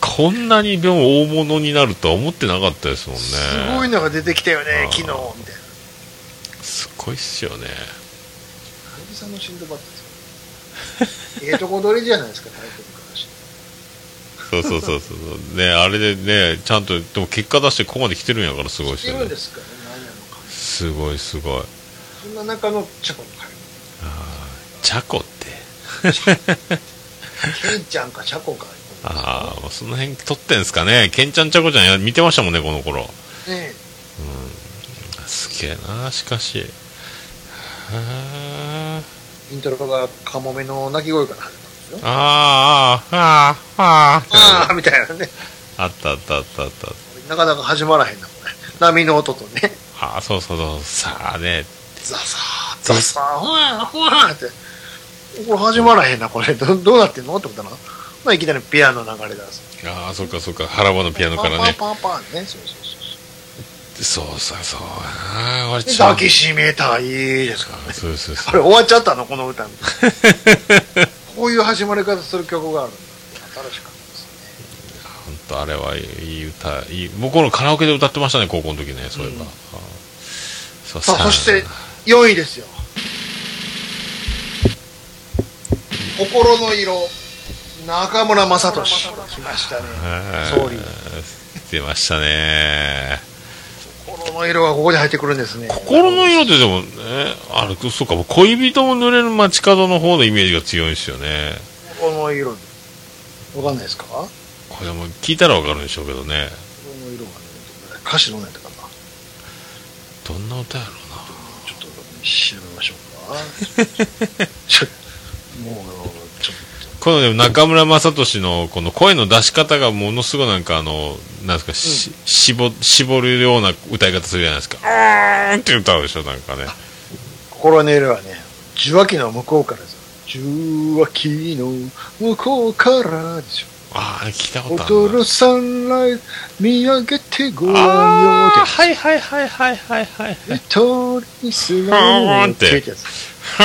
S2: こんなにでも大物になるとは思ってなかったですもんね。
S1: すごいのが出てきたよね
S2: あ、ー
S1: 昨日、みたいな。
S2: すごいっすよね。
S1: 久々のシンドバッドですよ。ええとこ取りじゃないですか、タイトルからして。
S2: そうそうそうそう。ね、あれでね、ちゃんと、でも結果出してここまで来てるんやからすごいっす
S1: い
S2: よ
S1: るん
S2: ね
S1: で。すからね、何やのか。
S2: すごいすごい。
S1: そんな中のチャコの会
S2: チャコって。
S1: ケンちゃんかチャコか。
S2: ああ、その辺撮ってんすかね。ケンちゃんチャコちゃんや見てましたもんね、この頃。
S1: ねえ
S2: すげえな、しかし。は
S1: イントロがカモメの鳴き声から始まるんですよ。
S2: あ、ああ、ああ、あ
S1: あ
S2: あ。
S1: あ、みたいなね。
S2: あったあったあったあった。
S1: なかなか始まらへんな、これ。波の音とね。
S2: ああ、そうそうそう。さあね。
S1: ザサー、ザサー、ほわほわって。これ始まらへんな、これ。どどうなってんのってことだな。まあ、いきなりピアノ流れ出す。
S2: ああ、そっかそっか。腹場のピアノからね。
S1: パンパンパンパンね。そうそうそう
S2: そうそうそう。ああ、俺
S1: で。
S2: ちゃ
S1: 抱
S2: ん
S1: きしめたいですからね。
S2: そうそうそ
S1: こ
S2: う。
S1: れ終わっちゃったのこ の歌みたいなこういう始まり方する曲があるんだって新しかったですね
S2: ほんとあれはいい歌。いい僕のカラオケで歌ってましたね、高校の時ね。そういえば。あ
S1: うん
S2: あそう
S1: さあ
S2: あ
S1: そして4位ですよ心の色中村雅俊来ましたね総理
S2: 出ましたね。
S1: 心の色がここで入ってくるんですね
S2: 心の色ってでもね、あれ、そうか、恋人も濡れる街角の方のイメージが強いんですよね。
S1: 心の色わかんないですか心
S2: これも聞いたらわかるんでしょうけどね。
S1: の色がね歌詞どうなったかな
S2: どんな歌やろ
S1: ちょっと調べましょうか ちょもうちょっと
S2: う。このね、中村雅俊のこの声の出し方がものすごいなんかあの、なんですか、し、絞、絞るような歌い方するじゃないですか。あーんって歌うでしょ、なんかね。
S1: 心の色はね、受話器の向こうからですよ。受話器の向こうからですよ。
S2: あー、聞いたことあ
S1: 踊
S2: るな。
S1: るサンライズ見上げてごらんよ
S2: あー、
S1: っ
S2: はいはいはいはいはいはい。
S1: て。一人にすがるっていうやつ。
S2: は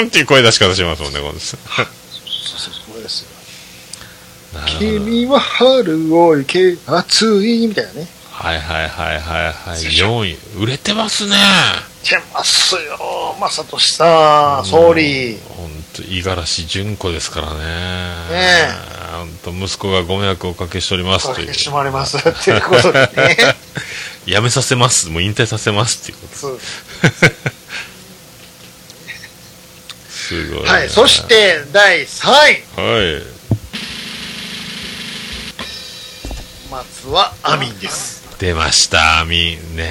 S2: ーんっていう声出し方しますもんね、この人。
S1: そうそうそう、これですよ。
S2: なるほど
S1: 君は春を行け、暑い、みたいなね。
S2: はいはいはいはいはい。
S1: でしょ
S2: 4位。売れてますね。
S1: てますよ、まさとしさん、総理。
S2: 本当五十嵐純子ですからね。
S1: ね
S2: 本当息子がご迷惑をおかけしております
S1: か
S2: とい
S1: け
S2: う
S1: て。しまいますっていうことでね。
S2: やめさせます。もう引退させますっていうこと。
S1: そう
S2: すごい、
S1: はい、そし。て第3位。
S2: はい。
S1: 松はアミンです。
S2: 出ました、アミン。ね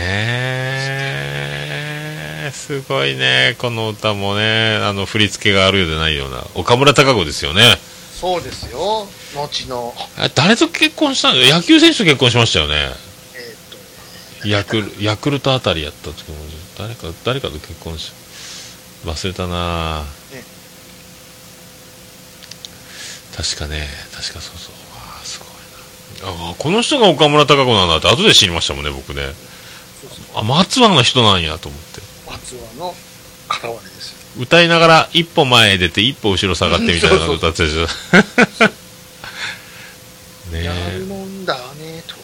S2: え。すごいね。この歌もね、あの、振り付けがあるようでないような。岡村孝子ですよね。
S1: そうですよ。後の、
S2: あ誰と結婚したの野球選手と結婚しましたよね。
S1: えっ、
S2: ヤクルヤクルトあたりやった時も誰か誰かと結婚し忘れたなあ
S1: ね
S2: 確かね確かそうそうわあすごいなああこの人が岡村孝子なんだって後で知りましたもんね僕ね
S1: そうそ
S2: あ
S1: う
S2: 松葉の人なんやと思って
S1: 松尾の片割れですよ
S2: 歌いながら一歩前へ出て一歩後ろ下がってみたいなの歌 ってたじゃんね
S1: や
S2: え
S1: るもんだねと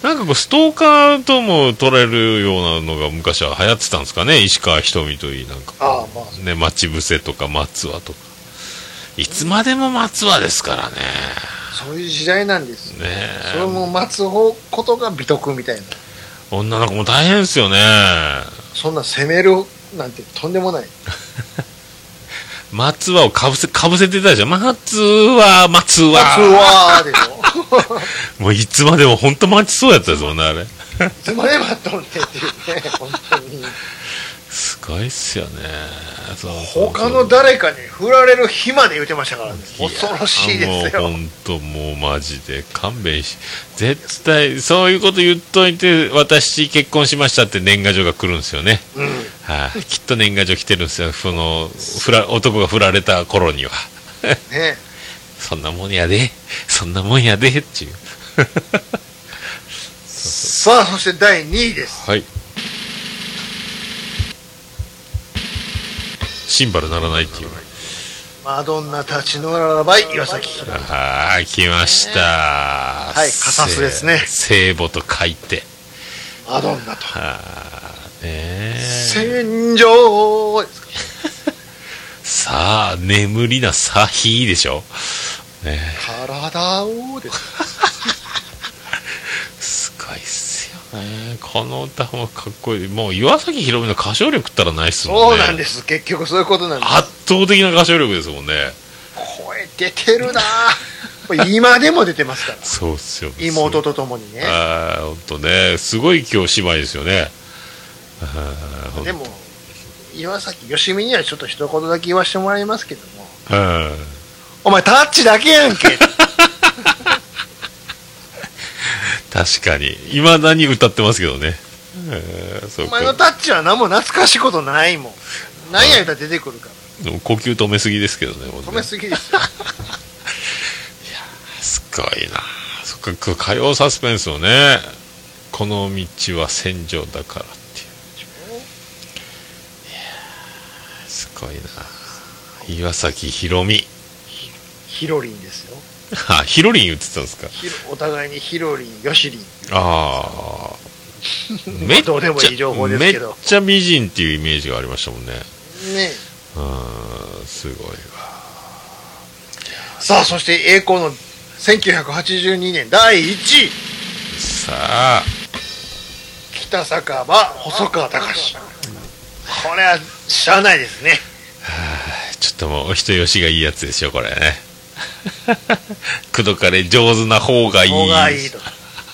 S2: なんかこうストーカーとも取れるようなのが昔は流行ってたんですかね石川ひとみといいなんか
S1: ああまあ
S2: ね待ち伏せとか松葉とかいつまでも松葉ですからね
S1: そういう時代なんですよ
S2: ねえ
S1: それも待つ方ことが美徳みたいな
S2: 女の子も大変ですよね
S1: そんな責めるなんてとんでもない
S2: 松葉をかぶせかぶせてたじゃん松葉松
S1: 松
S2: 葉
S1: はでし ょ
S2: もういつまでも本当待ちそうやったですもんねあれ
S1: いつまで待っとんねんっていうね本当に
S2: すごいっすよねそうそうそう
S1: 他の誰かに振られる日まで言ってましたからね
S2: いや
S1: 恐ろしいです
S2: もう
S1: よ
S2: 本当もうマジで勘弁し絶対そういうこと言っといて私結婚しましたって年賀状が来るんですよね
S1: うん
S2: はい、きっと年賀状来てるんですよそのふら男が振られた頃には
S1: ね
S2: そんなもんやでそんなもんやでって いう
S1: さあそして第2位です
S2: はいシンバル鳴らないっていう
S1: マドンナたちのララバイ岩崎宏美
S2: ああ来ましたはい
S1: カサスですね
S2: 聖母と書いて
S1: マドンナと
S2: ああねえ
S1: 戦場ですか
S2: さあ眠りなさひでしょねえ
S1: 体をです
S2: すごいっすよねこの歌もかっこいいもう岩崎宏美の歌唱力ったらないっすもんね
S1: そうなんです結局そういうことなんです
S2: 圧倒的な歌唱力ですもんね
S1: 声出てるなぁ 今でも出てますから
S2: そうっすよ
S1: 妹と共にね
S2: ああ本当ねすごい今日姉妹ですよねあー
S1: でも岩崎よしみにはちょっと一言だけ言わせてもらいますけど
S2: う
S1: も
S2: ん
S1: お前タッチだけやんけ
S2: 確かにいまだに歌ってますけどねうんそ
S1: お
S2: う
S1: 前のタッチは何も懐かしいことないもん何や言うたら出てくるか
S2: でも呼吸止めすぎですけどねもうね
S1: ら止めすぎですよ
S2: すごいなそっかこう火曜サスペンスをねこの道は戦場だからっていうすごいな岩崎宏美
S1: ヒロリンですよ
S2: あヒロリン言ってたんですか
S1: ヒロお互いにヒロリンよしりん
S2: ああめっち
S1: どうでもいい情
S2: ゃ
S1: 報で
S2: め
S1: す
S2: っ
S1: けど
S2: ちゃ美人っていうイメージがありましたもんね
S1: ね
S2: うんすごいわ
S1: さあそして栄光の1982年第1位
S2: さあ
S1: 北酒場細川隆これはしゃあないですね
S2: ちょっともうお人よしがいいやつですよこれね 口説かれ上手な方がいい
S1: 方がいいと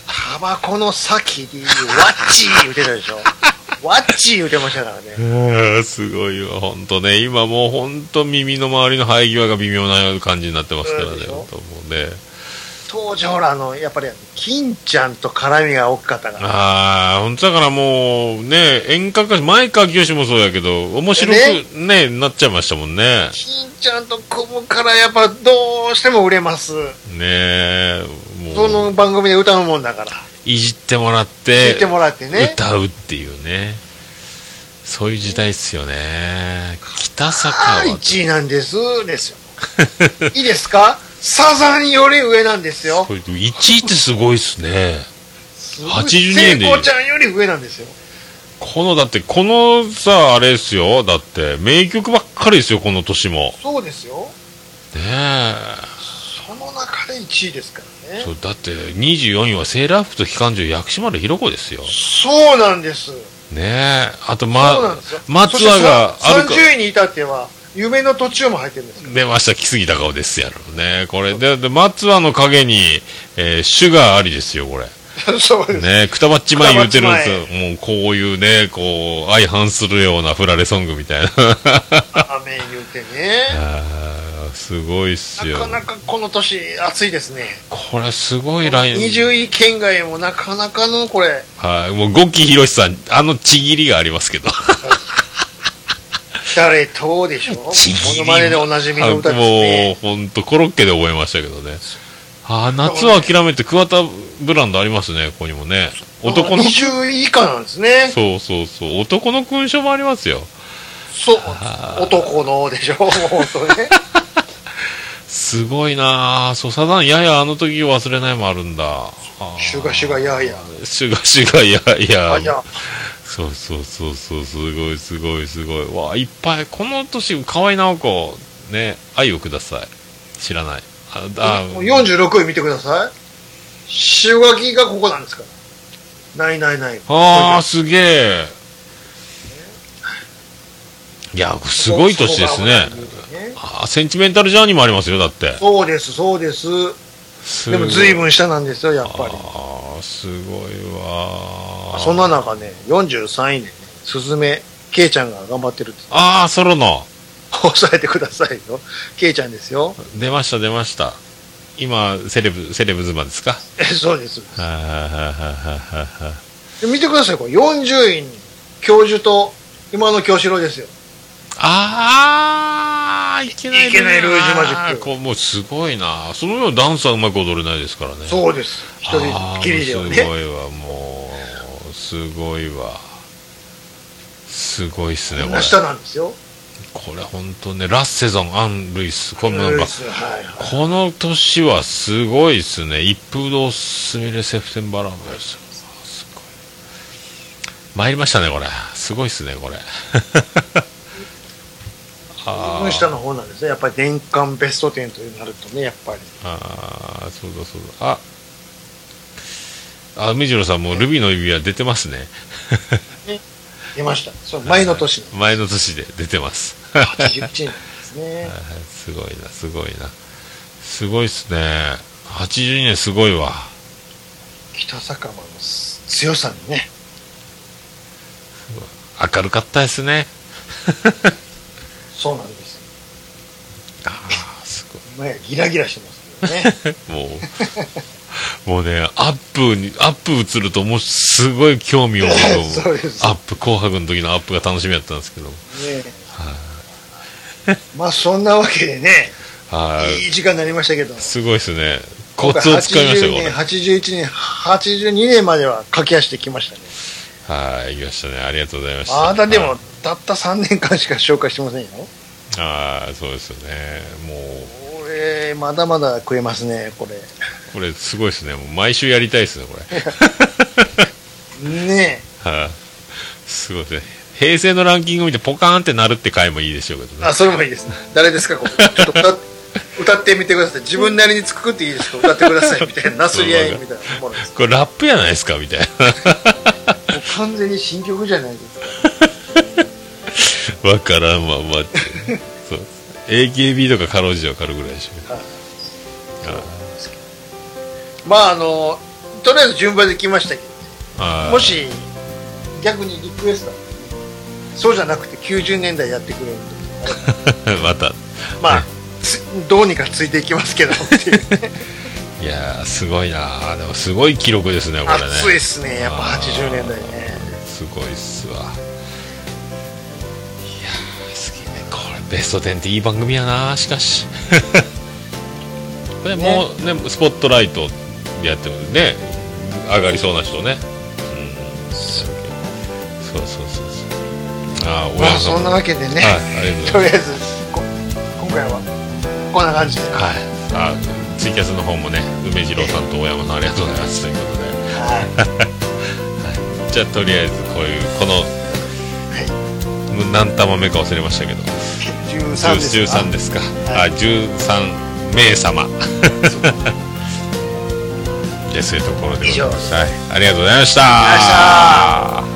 S1: タバコの先にワッチー言うてたでし ょワッチー言うてましたからね
S2: うんすごいわ、本当ね、今もう本当、耳の周りの生え際が微妙な感じになってますから
S1: そうで
S2: ね、
S1: しょ
S2: 本当もうね、
S1: 当時ほらあのやっぱり金ちゃんと絡みが大きかったから
S2: ああ、本当だからもう、ね、演歌歌手、前川清もそうやけど、面白くね、なっちゃいましたもんね、
S1: 金ちゃんと組むからやっぱどうしても売れます
S2: ね
S1: そ
S2: もう、
S1: の番組で歌うもんだから
S2: いじってもらっ
S1: 聞
S2: て
S1: いて、もらってね
S2: 歌うっていうね、そういう時代っすよね、北坂は、
S1: 1位なんです ですよいいですかサザンより上なんですよ
S2: これ1位ってすごいっすね。
S1: すごい
S2: 82年で
S1: 聖子ちゃんより上なんですよ
S2: この、だって、このさ、あれですよ。だって、名曲ばっかりですよ、この年も。
S1: そうですよ
S2: ねえ。
S1: その中で1位ですからね
S2: そうだって、24位はセーラー服と機関銃、薬師丸ひろ子ですよ。
S1: そうなんです。
S2: ねえ。あと、
S1: そうなん
S2: ま
S1: ですよ。、
S2: 松葉がある
S1: そ
S2: か
S1: してさ30位に至っては、夢の途中も入ってるんですか
S2: 出ました、木杉高尾ですやろうね。これ、で、で松葉の影に、えーシュガーありですよ、これ。
S1: ら。そうです。
S2: ねえ、くたばっちまい言うてるんですよ。もう、こういうね、こう、相反するようなフラれソングみたいな。
S1: 雨言うてね。
S2: あー すごいっす
S1: な
S2: よ
S1: かなかこの年暑いですね。
S2: これすごいライン
S1: 20位圏外もなかなかのこれ、
S2: はいもう五木ひろしさんあのちぎりがありますけど
S1: 誰とでしょモ
S2: ちぎり
S1: ノマネでおなじみの歌です
S2: もう
S1: ね。
S2: 本当コロッケで覚えましたけどねあー夏は諦めて桑田ブランドありますねここにもね男の
S1: 20位以下なんですね。
S2: そうそうそう男の勲章もありますよ
S1: そう。男のでしょもう本 当ね。
S2: すごいなあ、そうサザンややあの時を忘れないもあるんだ。あー
S1: シュガシュガヤーヤー。
S2: シュガシュガや
S1: あ、
S2: や
S1: いや、
S2: そうそうそうそう、すごいすごいすごい。わあ、いっぱい。この年、河合直子、ね、愛をください。知らない。あ、あ
S1: もう46位見てください。塩書きがここなんですから。ないないない。
S2: あー、すげえ。いや、すごい年ですね。あーセンチメンタルジャーニーもありますよ、だって。
S1: そうです、そうです。
S2: す
S1: で
S2: ごい
S1: も随分下なんですよ、やっぱり。
S2: ああ、すごいわー。
S1: そんな中ね、43位でね、すずめ、けいちゃんが頑張ってるって、
S2: ああ、ソロの。
S1: 押さえてくださいよ。けいちゃんですよ。
S2: 出ました、出ました。今、セレブ、セレブズマですか
S1: え、そうです。
S2: はいはいはいはいはいはい
S1: で見てください、これ40位に、教授と、今の京志郎ですよ。
S2: ああ、いけない
S1: いけないルージュマジック
S2: あーこうもうすごいな。そのようダンスはうまく踊れないですからね。う。
S1: そうです。一人きりでは
S2: す
S1: ね。
S2: ごいわ、もう。すごいわ。すごいっすね、これ
S1: 明。日なんですよ。
S2: これ本当ね、ラッセゾン、アン・ルイス。これもなんか、
S1: はいはい
S2: この年はすごいですね。一風堂すみれセプテンバーランドですよ。あすごい。参りましたね、これ。すごいですね、これ。 あ
S1: の
S2: ー
S1: 下の方なんですね。やっぱり年間ベスト10というなるとね、やっぱり。
S2: あー、そうだそうだ。あ、あ、海次郎さんもルビーの指輪出てますね。
S1: 出ました。その前の年の
S2: 前の年で出てます。
S1: 81年ですね。
S2: すごいな、すごいな。すごいっすね。82年すごいわ。
S1: 北酒場の強さにね。
S2: 明るかったですね。
S1: そうなんです。
S2: あー、すごい。
S1: 今やギラギラしてますけどね。
S2: もう、 もうね、アップに、アップ映ると、もうすごい興味を持う
S1: そうです
S2: アップ、紅白の時のアップが楽しみだったんですけど、
S1: ねえまあそんなわけでね、
S2: はい。
S1: いい時間になりましたけど、
S2: すごいですね。コツをつかみましたよ、こ
S1: 80
S2: れ
S1: 年、。81年、82年までは駆け足できましたね。
S2: はい、行きましたね。ありがとうございました。
S1: あなたで
S2: は
S1: も
S2: い、
S1: たった3年間しか紹介してませんよ。
S2: ああ、そうですよね。もう、
S1: これ、まだまだ食えますね、これ。
S2: これすごいですね。もう毎週やりたいですね、これ。
S1: ね
S2: はい。すごいですね。平成のランキング見てポカーンってなるって回もいいでしょうけど
S1: え。
S2: ね。
S1: あ、それもいいですね。誰ですか、これ。ちょっと歌っ歌ってみてください。自分なりに作っていいですか、歌ってくださいみたいな、なすり合いみたいな ものです。
S2: これラップやないですかみたいな。
S1: もう完全に新曲じゃないですか。
S2: わからんまんま ってそう AKB とかかろうじてわかるぐらいでしょ
S1: はいまあ、あの、とりあえず順番で来ましたけど。
S2: あー
S1: もし逆にリクエストはそうじゃなくて90年代やってくれるんで
S2: また
S1: まあつどうにかついていきます けどっていう
S2: いやーすごいなーでもすごい記録ですねこれね
S1: 熱いっすねやっぱ
S2: あー
S1: 80年代ね
S2: すごいっすわいやーすげえねこれベスト10っていい番組やなーしかし これもうねスポットライトでやってるね上がりそうな人ねうんそうそうそうそうああ
S1: まあそんなわけでね、
S2: はいありがとうございます
S1: とりあえずこ今回はこんな感じで
S2: はい、あツイキャスの方もね梅次郎さんと大山さんありがとうございますということで、
S1: はい
S2: はい、じゃあとりあえずこういうこの何玉目か忘れましたけど
S1: 13ですか
S2: 13ですか、
S1: は
S2: あ13名様 じゃあそういうところでございます、はい、ありがとうございました
S1: ありがとうございました